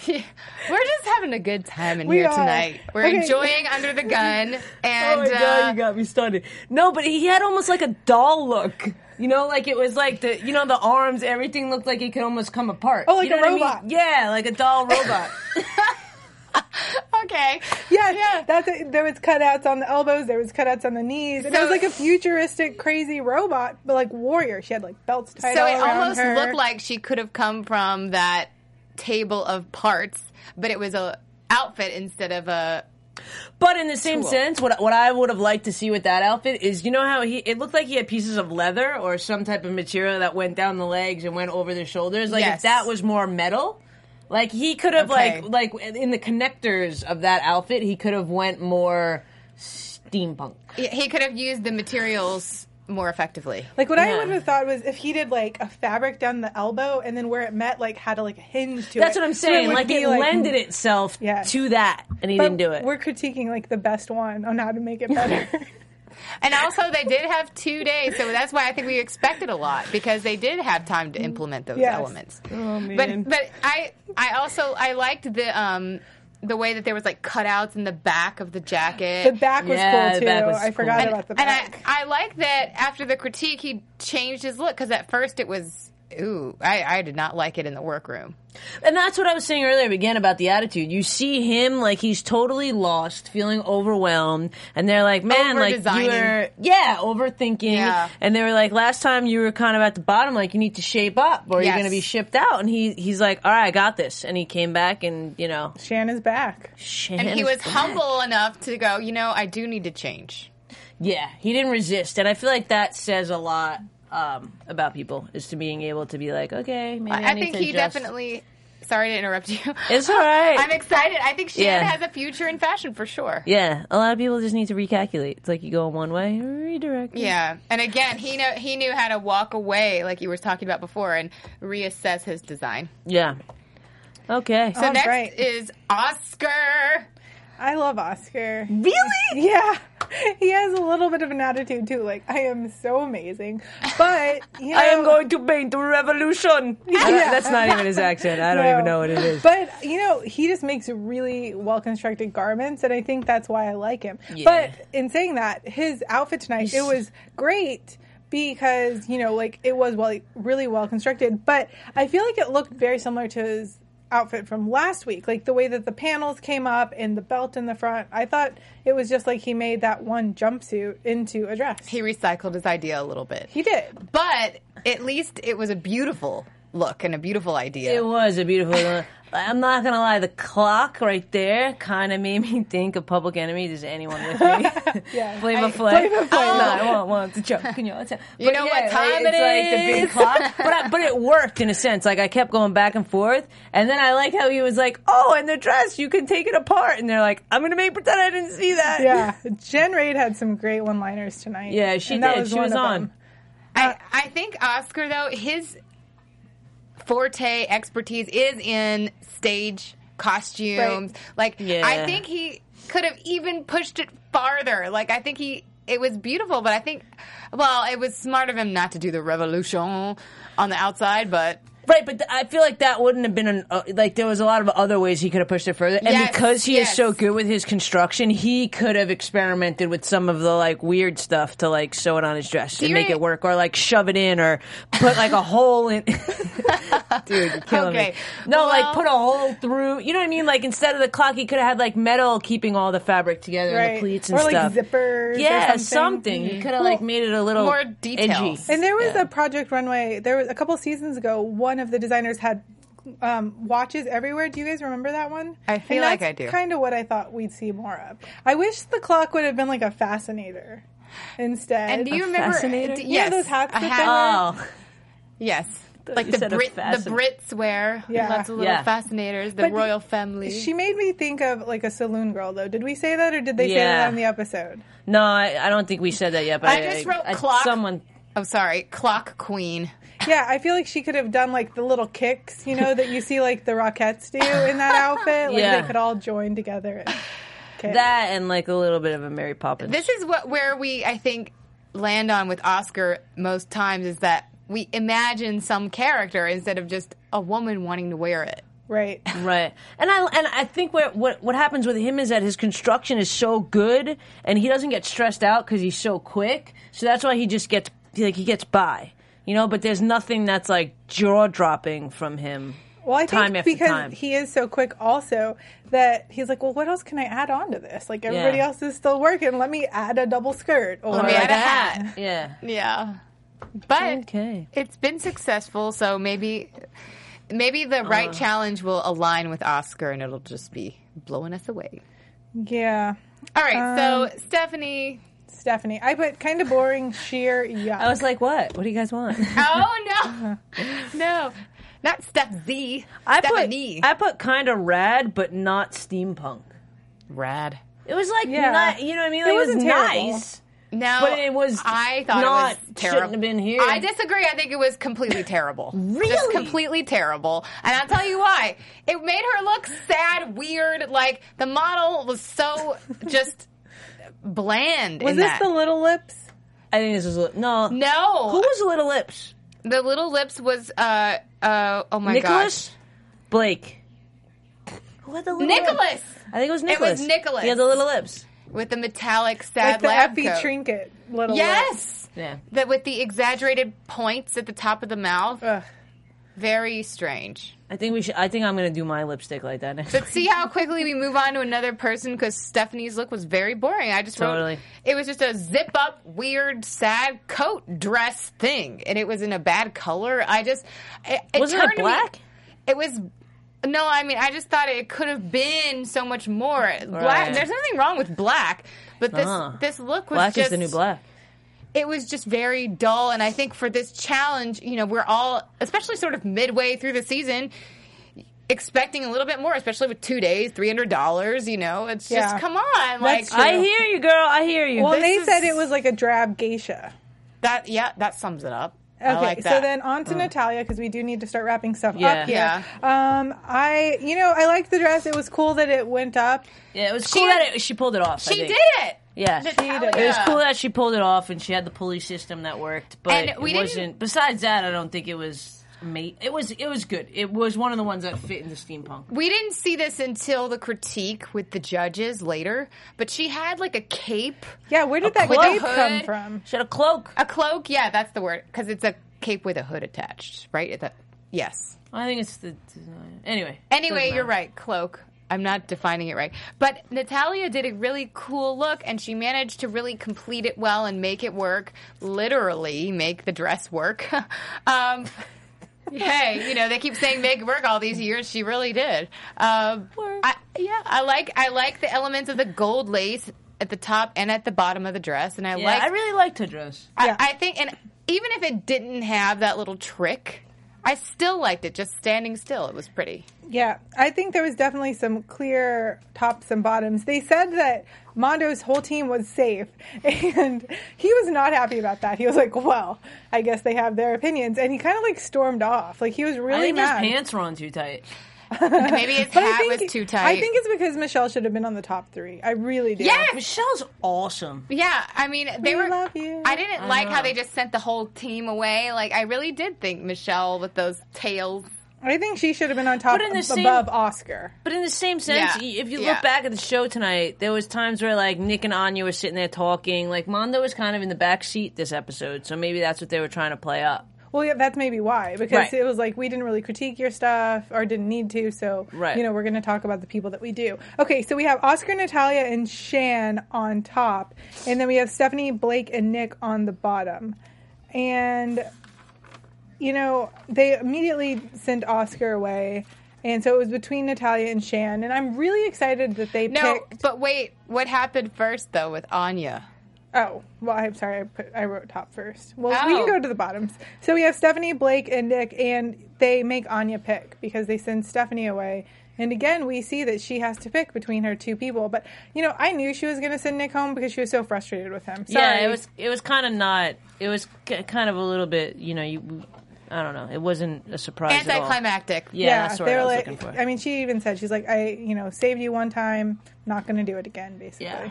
Speaker 5: We're just having a good time in
Speaker 8: We
Speaker 5: here
Speaker 8: are.
Speaker 5: tonight. We're
Speaker 8: Okay.
Speaker 5: enjoying Under the Gun,
Speaker 9: Oh
Speaker 5: and
Speaker 9: my god,
Speaker 5: uh,
Speaker 9: you got me started. No, but he had almost like a doll look. You know, like it was like the you know the arms, everything looked like it could almost come apart.
Speaker 8: Oh, like
Speaker 9: You know
Speaker 8: a
Speaker 9: what I mean?
Speaker 8: robot.
Speaker 9: Yeah, like a doll robot.
Speaker 5: okay,
Speaker 8: Yes, that's it. there was cutouts on the elbows. There was cutouts on the knees. And it
Speaker 5: So-
Speaker 8: was like a futuristic, crazy robot, but like warrior. She had like belts tied.
Speaker 5: so
Speaker 8: all
Speaker 5: it
Speaker 8: around
Speaker 5: almost
Speaker 8: her.
Speaker 5: looked like she could have come from that table of parts, but it was a outfit instead of a.
Speaker 9: But in the same sense, what what I would have liked to see with that outfit is, you know how he it looked like he had pieces of leather or some type of material that went down the legs and went over the shoulders. Like
Speaker 5: Yes.
Speaker 9: if that was more metal, like he could have
Speaker 5: Okay.
Speaker 9: like like in the connectors of that outfit, he could have went more steampunk.
Speaker 5: He could have used the materials more effectively.
Speaker 8: Like what I would have thought was if he did like a fabric down the elbow and then where it met like had a like hinge to
Speaker 9: That's
Speaker 8: it.
Speaker 9: what I'm
Speaker 8: So it
Speaker 9: saying.
Speaker 8: would
Speaker 9: like
Speaker 8: be,
Speaker 9: it lended itself
Speaker 8: Yeah.
Speaker 9: to that, and he
Speaker 8: But
Speaker 9: didn't do it.
Speaker 8: We're critiquing like the best one on how to make it better.
Speaker 5: And also, they did have two days, so that's why I think we expected a lot because they did have time to implement those
Speaker 8: Yes.
Speaker 5: elements.
Speaker 8: Oh, man.
Speaker 5: But but I I also I liked the um the way that there was like cutouts in the back of the jacket.
Speaker 8: the back was
Speaker 9: Yeah,
Speaker 8: cool
Speaker 9: the
Speaker 8: too.
Speaker 9: back was
Speaker 8: I forgot
Speaker 9: cool.
Speaker 8: about the
Speaker 5: and
Speaker 8: back.
Speaker 5: I I like that after the critique he changed his look because at first it was ooh I I did not like it in the workroom.
Speaker 9: And that's what I was saying earlier again about the attitude. You see him like he's totally lost, feeling overwhelmed, and they're like, "Man, like you
Speaker 5: Over-designing.
Speaker 9: were, yeah, overthinking."
Speaker 5: Yeah.
Speaker 9: And they were like, "Last time you were kind of at the bottom, like you need to shape up, or you're
Speaker 5: Yes.
Speaker 9: going to be shipped out." And he he's like, "All right, I got this." And he came back, and you know,
Speaker 8: Shanna's back.
Speaker 9: Shan's
Speaker 5: And he was
Speaker 9: back.
Speaker 5: humble enough to go, you know, I do need to change.
Speaker 9: Yeah, he didn't resist, and I feel like that says a lot um, about people is to being able to be like, "Okay, maybe
Speaker 5: I,
Speaker 9: I,
Speaker 5: I
Speaker 9: need
Speaker 5: think
Speaker 9: to
Speaker 5: he
Speaker 9: adjust."
Speaker 5: definitely. Sorry to interrupt you.
Speaker 9: It's all right.
Speaker 5: I'm excited. I think Shannon
Speaker 9: Yeah.
Speaker 5: has a future in fashion for sure.
Speaker 9: Yeah, a lot of people just need to recalculate. It's like you go in one way, redirect.
Speaker 5: Yeah, and again, he know he knew how to walk away, like you were talking about before, and reassess his design.
Speaker 9: Yeah. Okay.
Speaker 5: So next is Oscar.
Speaker 8: I love Oscar.
Speaker 5: Really?
Speaker 8: Yeah. He has a little bit of an attitude too, like I am so amazing. But you know,
Speaker 9: I am going to paint the revolution.
Speaker 8: Yeah.
Speaker 9: That's not even his accent. I don't
Speaker 8: No.
Speaker 9: even know what it is.
Speaker 8: But you know, he just makes really well constructed garments, and I think that's why I like him.
Speaker 9: Yeah.
Speaker 8: But in saying that, his outfit tonight it was great because you know, like it was well, really well constructed. But I feel like it looked very similar to his outfit from last week, like the way that the panels came up and the belt in the front. I thought it was just like he made that one jumpsuit into a dress.
Speaker 5: He recycled his idea a little bit.
Speaker 8: He did.
Speaker 5: But at least it was a beautiful look and a beautiful idea.
Speaker 9: It was a beautiful. I'm not gonna lie, the clock right there kind of made me think of Public Enemy. Does anyone with me?
Speaker 8: Yeah.
Speaker 9: Flame
Speaker 8: I-
Speaker 9: of flame.
Speaker 8: Flame of Flame.
Speaker 9: No, Ah, I want one to jump. Can you all tell?
Speaker 5: You
Speaker 9: But
Speaker 5: know
Speaker 9: yeah,
Speaker 5: what time
Speaker 9: like,
Speaker 5: it
Speaker 9: it's like the big
Speaker 5: is.
Speaker 9: clock. But, I, but it worked in a sense. Like I kept going back and forth, and then I like how he was like, "Oh, and the dress, you can take it apart," and they're like, "I'm gonna make pretend I didn't see that."
Speaker 8: Yeah, Jen Raid had some great one-liners tonight.
Speaker 9: Yeah, she
Speaker 8: And that
Speaker 9: did. she
Speaker 8: one
Speaker 9: was
Speaker 8: of
Speaker 9: on.
Speaker 8: them.
Speaker 9: Uh,
Speaker 5: I, I think Oscar though his forte expertise is in stage costumes.
Speaker 8: Right.
Speaker 5: Like
Speaker 9: Yeah.
Speaker 5: I think he could have even pushed it farther. Like I think he it was beautiful, but I think well, it was smart of him not to do the revolution on the outside, but
Speaker 9: Right, but th- I feel like that wouldn't have been an uh, like there was a lot of other ways he could have pushed it further. And
Speaker 5: Yes,
Speaker 9: because he is
Speaker 5: yes.
Speaker 9: so good with his construction, he could have experimented with some of the like weird stuff to like sew it on his dress and
Speaker 5: you
Speaker 9: make
Speaker 5: re-
Speaker 9: it work or like shove it in or put like a hole in Dude, you're killing
Speaker 5: Okay.
Speaker 9: me. No, like
Speaker 5: Well-
Speaker 9: put a hole through. You know what I mean? Like instead of the clock, he could have had like metal keeping all the fabric together and
Speaker 8: Right.
Speaker 9: the pleats and
Speaker 8: Or, like,
Speaker 9: stuff.
Speaker 8: zippers or
Speaker 9: Yeah,
Speaker 8: something.
Speaker 9: something. He could have like made it a little
Speaker 5: more
Speaker 9: edgy.
Speaker 5: details.
Speaker 8: And there was a Project Runway. There was a couple seasons ago. One of the designers had um, watches everywhere. Do you guys remember that one?
Speaker 5: I feel like I do.
Speaker 8: Kind of what I thought we'd see more of. I wish the clock would have been like a fascinator instead.
Speaker 5: And do you remember?
Speaker 9: Uh, fascinator?
Speaker 5: d-
Speaker 8: You know
Speaker 5: yes,
Speaker 8: those hats
Speaker 5: a
Speaker 8: that
Speaker 5: hat- Uh,
Speaker 8: they wear?
Speaker 9: Oh,
Speaker 5: Yes, like
Speaker 9: you
Speaker 5: the
Speaker 9: said a
Speaker 5: Brit, the
Speaker 9: fascin-
Speaker 5: Brits wear
Speaker 8: Yeah.
Speaker 5: lots of little
Speaker 9: Yeah.
Speaker 5: fascinators. The
Speaker 8: But
Speaker 5: royal family.
Speaker 8: She made me think of like a saloon girl, though. Did we say that, or did they say
Speaker 9: Yeah.
Speaker 8: that on the episode?
Speaker 9: no, I, I don't think we said that yet. But
Speaker 5: I just wrote
Speaker 9: I-
Speaker 5: clock.
Speaker 9: Someone
Speaker 5: I'm Oh, sorry, clock queen.
Speaker 8: Yeah, I feel like she could have done like the little kicks, you know, that you see like the Rockettes do in that outfit. Like
Speaker 9: Yeah.
Speaker 8: they could all join together. And kick.
Speaker 9: That and like a little bit of a Mary Poppins.
Speaker 5: This is what where we I think land on with Oscar most times is that we imagine some character instead of just a woman wanting to wear it.
Speaker 8: right.
Speaker 9: right, and I and I think what what what happens with him is that his construction is so good, and he doesn't get stressed out because he's so quick. So that's why he just gets like he gets by, you know. But there's nothing that's like jaw dropping from him.
Speaker 8: Well, I
Speaker 9: time
Speaker 8: think
Speaker 9: after
Speaker 8: because
Speaker 9: time.
Speaker 8: he is so quick, also that he's like, well, what else can I add on to this? Like everybody
Speaker 9: Yeah.
Speaker 8: else is still working. Let me add a double skirt. Or
Speaker 5: Let me
Speaker 9: Like
Speaker 5: add a hat.
Speaker 9: Yeah.
Speaker 5: Yeah. But
Speaker 9: Okay.
Speaker 5: it's been successful, so maybe maybe the right challenge will align with Oscar and it'll just be blowing us away.
Speaker 8: yeah,
Speaker 5: All right,
Speaker 9: Um,
Speaker 5: so Stephanie
Speaker 8: Stephanie, I put kind of boring, sheer, yeah.
Speaker 9: I was like, what? What do you guys want?
Speaker 5: Oh no. no. Not Steph Z.
Speaker 9: I
Speaker 5: Stephanie.
Speaker 9: put I put kind of rad, but not steampunk.
Speaker 5: Rad.
Speaker 9: It was like,
Speaker 8: Yeah.
Speaker 9: ni- you know what I mean?
Speaker 8: It
Speaker 9: Like, it, was
Speaker 8: wasn't terrible.
Speaker 9: nice.
Speaker 5: No,
Speaker 9: But it was
Speaker 5: I thought
Speaker 9: not-
Speaker 5: it was
Speaker 9: shouldn't
Speaker 5: terrible.
Speaker 9: have been here.
Speaker 5: I disagree. I think it was completely terrible. just
Speaker 9: Really?
Speaker 5: completely terrible. And I'll tell you why. It made her look sad, weird. Like the model was so just bland.
Speaker 8: was
Speaker 5: in
Speaker 8: this
Speaker 5: that.
Speaker 8: the little lips?
Speaker 9: I think this was li- no.
Speaker 5: no?
Speaker 9: Who was Little Lips?
Speaker 5: the little lips? Was uh uh oh my
Speaker 9: Nicholas Blake. Who had the
Speaker 5: gosh,
Speaker 9: little
Speaker 5: Nicholas
Speaker 9: Lips? I think it
Speaker 5: It was
Speaker 9: was Nicholas.
Speaker 5: Nicholas.
Speaker 9: He had the little lips.
Speaker 5: with the metallic sad
Speaker 8: Like the
Speaker 5: lab
Speaker 9: E
Speaker 8: Effie
Speaker 5: coat.
Speaker 8: trinket, little lips.
Speaker 5: Yes.
Speaker 9: Yeah.
Speaker 5: That with the exaggerated points at the top of the mouth.
Speaker 8: Ugh.
Speaker 5: Very strange.
Speaker 9: I think we should. I think I'm gonna do my lipstick like that next.
Speaker 5: But see how quickly we move on to another person because Stephanie's look was very boring. I just wrote-
Speaker 9: Totally.
Speaker 5: it was just a zip up, weird, sad coat dress thing, and it was in a bad color. I just it, it
Speaker 9: Wasn't it
Speaker 5: turned me-
Speaker 9: black?
Speaker 5: it was. No, I mean, I just thought it could have been so much more black.
Speaker 9: Right.
Speaker 5: There's nothing wrong with black, but this
Speaker 9: Uh-huh.
Speaker 5: this look was
Speaker 9: black
Speaker 5: just
Speaker 9: is the new black.
Speaker 5: it was just very dull. And I think for this challenge, you know, we're all, especially sort of midway through the season, expecting a little bit more, especially with two days, $300, you know, it's
Speaker 8: Yeah.
Speaker 5: just, come on.
Speaker 8: That's
Speaker 5: Like,
Speaker 8: true.
Speaker 9: I hear you, girl. I hear you.
Speaker 8: Well,
Speaker 5: This
Speaker 8: they
Speaker 5: is-
Speaker 8: said it was like a drab geisha.
Speaker 5: that, yeah, that sums it up. I like
Speaker 8: So
Speaker 5: that.
Speaker 8: then on to Natalia because we do need to start wrapping stuff
Speaker 9: Mm. Yeah.
Speaker 8: up. Here. Um, I, you know, I liked the dress. It was cool that it went up.
Speaker 9: Yeah, it was cool that it, she pulled it off. I
Speaker 5: She
Speaker 9: think.
Speaker 5: did it.
Speaker 9: Yeah,
Speaker 5: Natalia.
Speaker 9: it was cool that she pulled it off, and she had the pulley system that worked. But
Speaker 5: And we
Speaker 9: it
Speaker 5: didn't-
Speaker 9: wasn't. Besides that, I don't think it was. Mate, it was it was good. It was one of the ones that fit in the steampunk.
Speaker 5: We didn't see this until the critique with the judges later, but she had like a cape,
Speaker 8: Yeah, where did that
Speaker 5: cloak.
Speaker 8: cape come
Speaker 5: Hood.
Speaker 8: from?
Speaker 9: She had a cloak.
Speaker 5: a cloak. Yeah, that's the word because it's a cape with a hood attached, right? It's a- yes.
Speaker 9: I think it's the design. Anyway.
Speaker 5: Anyway,
Speaker 9: doesn't
Speaker 5: you're
Speaker 9: matter.
Speaker 5: right. Cloak. I'm not defining it right. But Natalia did a really cool look and she managed to really complete it well and make it work. Literally make the dress work. um, hey, you know, they keep saying make it work all these years. She really did. Um, I, yeah, I like I like the elements of the gold lace at the top and at the bottom of the dress and I
Speaker 9: Yeah,
Speaker 5: like
Speaker 9: I really liked her dress.
Speaker 5: I, I think, and even if it didn't have that little trick, I still liked it. Just standing still, it was pretty.
Speaker 8: Yeah, I think there was definitely some clear tops and bottoms. They said that Mondo's whole team was safe, and he was not happy about that. He was like, "Well, I guess they have their opinions," and he kind of like stormed off. Like he was
Speaker 9: I
Speaker 8: really
Speaker 9: think
Speaker 8: mad.
Speaker 9: his pants were on too tight.
Speaker 5: And maybe his
Speaker 8: But I
Speaker 5: hat
Speaker 8: think-
Speaker 5: was too tight.
Speaker 8: I think it's because Michelle should have been on the top three. I really do.
Speaker 5: Yes!
Speaker 9: Michelle's awesome.
Speaker 5: yeah, I mean, they
Speaker 8: We
Speaker 5: were.
Speaker 8: love you.
Speaker 5: I didn't like how they just sent the whole team away. Like, I really did think Michelle with those tails.
Speaker 8: I think she should have been on top
Speaker 9: But in the
Speaker 8: ab-
Speaker 9: same-
Speaker 8: above Oscar.
Speaker 9: But in the same sense,
Speaker 5: Yeah.
Speaker 9: y if you
Speaker 5: Yeah.
Speaker 9: look back at the show tonight, there was times where like Nick and Anya were sitting there talking. Like Mondo was kind of in the back seat this episode, so maybe that's what they were trying to play up.
Speaker 8: Well, yeah, that's maybe why because
Speaker 9: Right.
Speaker 8: it was like we didn't really critique your stuff or didn't need to. So
Speaker 9: Right.
Speaker 8: you know we're going to talk about the people that we do. Okay, so we have Oscar, Natalia, and Shan on top, and then we have Stephanie, Blake, and Nick on the bottom, and you know they immediately sent Oscar away. And so it was between Natalia and Shan, and I'm really excited that they
Speaker 5: No,
Speaker 8: picked.
Speaker 5: but wait, what happened first though with Anya?
Speaker 8: Oh, well, I'm sorry. I put I wrote top first. Well, we can
Speaker 5: Oh.
Speaker 8: go to the bottoms. So we have Stephanie, Blake, and Nick, and they make Anya pick because they send Stephanie away. And again, we see that she has to pick between her two people. But you know, I knew she was going to send Nick home because she was so frustrated with him. Sorry.
Speaker 9: Yeah, it was it was kind of not. It was k- kind of a little bit. You know, you. I don't know. It wasn't a surprise. at all.
Speaker 5: Anticlimactic.
Speaker 9: Yeah, that's what
Speaker 8: they
Speaker 9: I
Speaker 8: were
Speaker 9: was
Speaker 8: like.
Speaker 9: looking for.
Speaker 8: I mean, she even said she's like, I you know saved you one time, not going to do it again, basically.
Speaker 9: Yeah.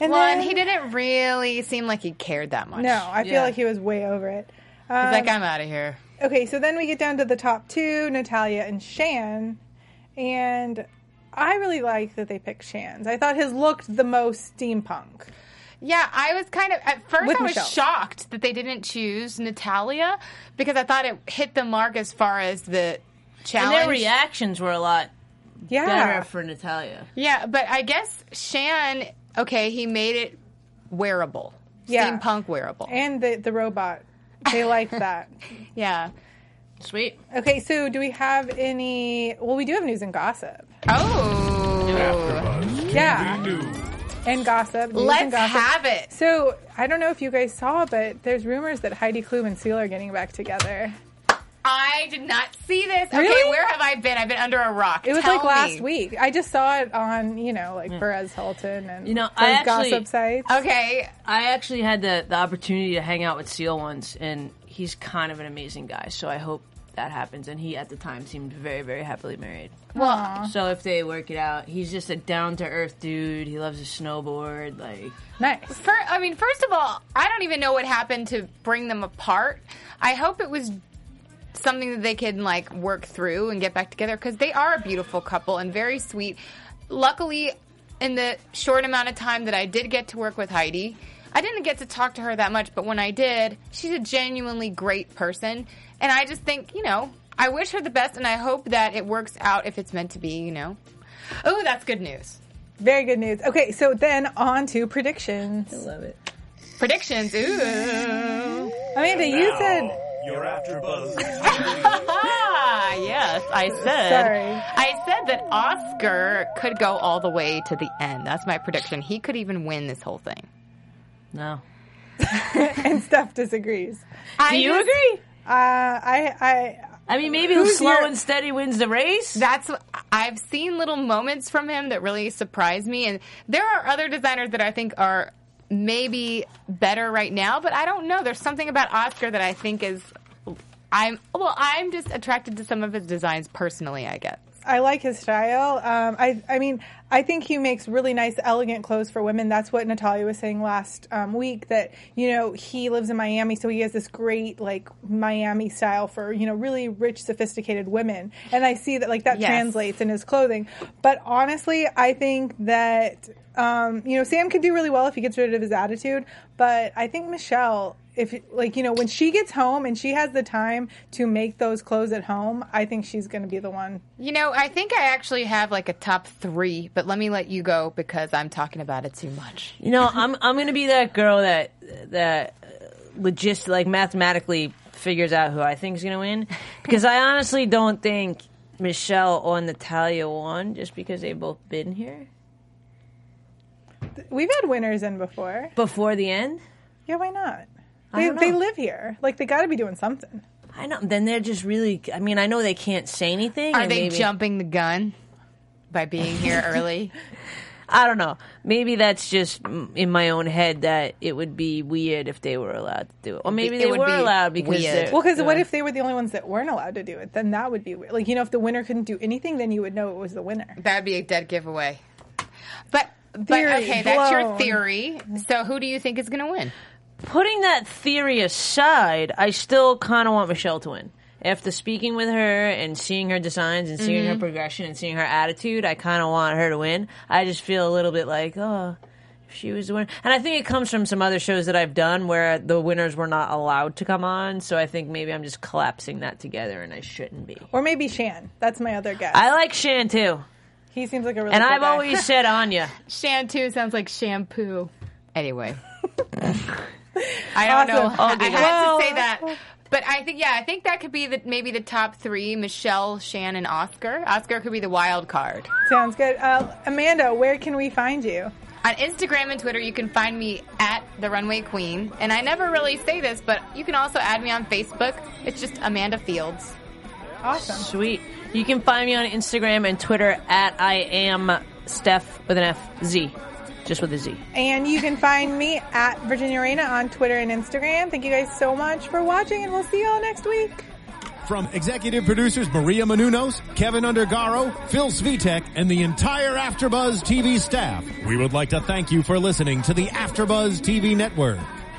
Speaker 8: And
Speaker 5: Well,
Speaker 8: then
Speaker 5: and he didn't really seem like he cared that much.
Speaker 8: no, um, I feel
Speaker 9: Yeah.
Speaker 8: like he was way over it.
Speaker 5: he's like, I'm out of here.
Speaker 8: Okay, so then we get down to the top two, Natalia and Shan, and I really like that they picked Shan's. I thought his looked the most steampunk.
Speaker 5: Yeah, I was kind of at first
Speaker 8: With
Speaker 5: I was
Speaker 8: Michelle.
Speaker 5: shocked that they didn't choose Natalia because I thought it hit the mark as far as the
Speaker 9: And
Speaker 5: challenge.
Speaker 9: their reactions were a lot
Speaker 8: Yeah,
Speaker 9: better for Natalia.
Speaker 5: yeah, but I guess Shan, okay, he made it wearable.
Speaker 8: Yeah.
Speaker 5: Steampunk wearable.
Speaker 8: and the the robot, they like that.
Speaker 5: yeah.
Speaker 9: Sweet.
Speaker 8: Okay, so do we have any? Well, we do have news and gossip.
Speaker 5: Oh.
Speaker 8: Yeah, and gossip. news and
Speaker 5: Let's
Speaker 8: gossip.
Speaker 5: have it.
Speaker 8: So I don't know if you guys saw, but there's rumors that Heidi Klum and Seal are getting back together.
Speaker 5: I did not see this. Okay,
Speaker 8: Really?
Speaker 5: where have I been? I've been under a rock.
Speaker 8: It was
Speaker 5: Tell
Speaker 8: like last
Speaker 5: me.
Speaker 8: week. I just saw it on, you know, like Perez Hilton and
Speaker 9: You know,
Speaker 8: those
Speaker 9: I actually-
Speaker 8: gossip sites.
Speaker 5: Okay.
Speaker 9: I actually had the, the opportunity to hang out with Seal once, and he's kind of an amazing guy. So I hope that happens. And he at the time seemed very, very happily married.
Speaker 5: Well,
Speaker 9: So if they work it out, he's just a down to earth dude. He loves to snowboard. Like
Speaker 8: Nice.
Speaker 5: Fir I mean, first of all, I don't even know what happened to bring them apart. I hope it was something that they can like work through and get back together because they are a beautiful couple and very sweet. Luckily, in the short amount of time that I did get to work with Heidi, I didn't get to talk to her that much, but when I did, she's a genuinely great person. And I just think, you know, I wish her the best and I hope that it works out if it's meant to be, you know. Oh, that's good news.
Speaker 8: Very good news. Okay, so then on to predictions.
Speaker 9: love it.
Speaker 5: Predictions. Ooh.
Speaker 8: Amanda, you said
Speaker 10: Your after buzz.
Speaker 5: Ah, yes, I said.
Speaker 8: Sorry.
Speaker 5: I said that Oscar could go all the way to the end. That's my prediction. He could even win this whole thing.
Speaker 9: No.
Speaker 8: and Steph disagrees.
Speaker 5: I
Speaker 9: Do you
Speaker 5: just-
Speaker 9: agree?
Speaker 8: Uh, I, I,
Speaker 9: I mean, maybe
Speaker 8: Who's
Speaker 9: slow
Speaker 8: your-
Speaker 9: and steady wins the race.
Speaker 5: That's I've seen little moments from him that really surprise me, and there are other designers that I think are maybe better right now, but I don't know. There's something about Oscar that I think is I'm well, I'm just attracted to some of his designs personally, I guess.
Speaker 8: I like his style. Um, I, I mean, I think he makes really nice, elegant clothes for women. That's what Natalia was saying last um, week. That you know he lives in Miami, so he has this great like Miami style for you know really rich, sophisticated women. And I see that like that
Speaker 5: Yes.
Speaker 8: translates in his clothing. But honestly, I think that um, you know Sam could do really well if he gets rid of his attitude. But I think Michelle. If like you know when she gets home and she has the time to make those clothes at home, I think she's going to be the one
Speaker 5: You know, I think I actually have like a top three, but let me let you go because I'm talking about it too much.
Speaker 9: You know, I'm I'm gonna be that girl that that uh, logist like mathematically figures out who I think is gonna win because I honestly don't think Michelle or Natalia won just because they've both been here
Speaker 8: We've had winners in before.
Speaker 9: before the end.
Speaker 8: Yeah, why not?
Speaker 9: I
Speaker 8: They,
Speaker 9: don't
Speaker 8: they
Speaker 9: know.
Speaker 8: live here. Like, they got to be doing something.
Speaker 9: I know. Then they're just really. I mean, I know they can't say anything.
Speaker 5: Are
Speaker 9: and
Speaker 5: they
Speaker 9: maybe-
Speaker 5: jumping the gun by being here early?
Speaker 9: I don't know. Maybe that's just mm, in my own head that it would be weird if they were allowed to do it, or maybe
Speaker 5: it
Speaker 9: they
Speaker 5: would
Speaker 9: were
Speaker 5: be
Speaker 9: allowed because
Speaker 5: weird.
Speaker 9: they're-
Speaker 8: Well, because what
Speaker 9: yeah.
Speaker 8: if they were the only ones that weren't allowed to do it? Then that would be weird. Like, you know, if the winner couldn't do anything, then you would know it was the winner.
Speaker 5: That'd be a dead giveaway. But, but
Speaker 8: Theory
Speaker 5: okay, that's your
Speaker 8: blown.
Speaker 5: theory. So who do you think is going to win?
Speaker 9: putting that theory aside, I still kind of want Michelle to win. After speaking with her and seeing her designs and seeing her progression and seeing her attitude, I kind of want her to win. I just feel a little bit like, oh, if she was the winner. And I think it comes from some other shows that I've done where the winners were not allowed to come on. So I think maybe I'm just collapsing that together and I shouldn't be.
Speaker 8: Or maybe Shan. That's my other guess.
Speaker 9: I like Shan too.
Speaker 8: he seems like a really
Speaker 9: And
Speaker 8: cool
Speaker 9: I've
Speaker 8: guy.
Speaker 9: always said Anya.
Speaker 5: Shantu sounds like shampoo. Anyway, I don't know.
Speaker 8: Awesome.
Speaker 5: I, I had
Speaker 8: Wow.
Speaker 5: to say that. But I think, yeah, I think that could be the, maybe the top three Michelle, Shan, and Oscar. Oscar could be the wild card.
Speaker 8: Sounds good. Uh, Amanda, where can we find you?
Speaker 5: On Instagram and Twitter, you can find me at The Runway Queen. And I never really say this, but you can also add me on Facebook. It's just Amanda Fields.
Speaker 8: Awesome.
Speaker 9: Sweet. You can find me on Instagram and Twitter at I am Steph with an F Z, just with a Z.
Speaker 8: And you can find me at Virginia Reina on Twitter and Instagram. Thank you guys so much for watching, and we'll see you all next week.
Speaker 7: From executive producers Maria Manunos, Kevin Undergaro, Phil Svitek, and the entire Afterbuzz TV staff, we would like to thank you for listening to the Afterbuzz TV network.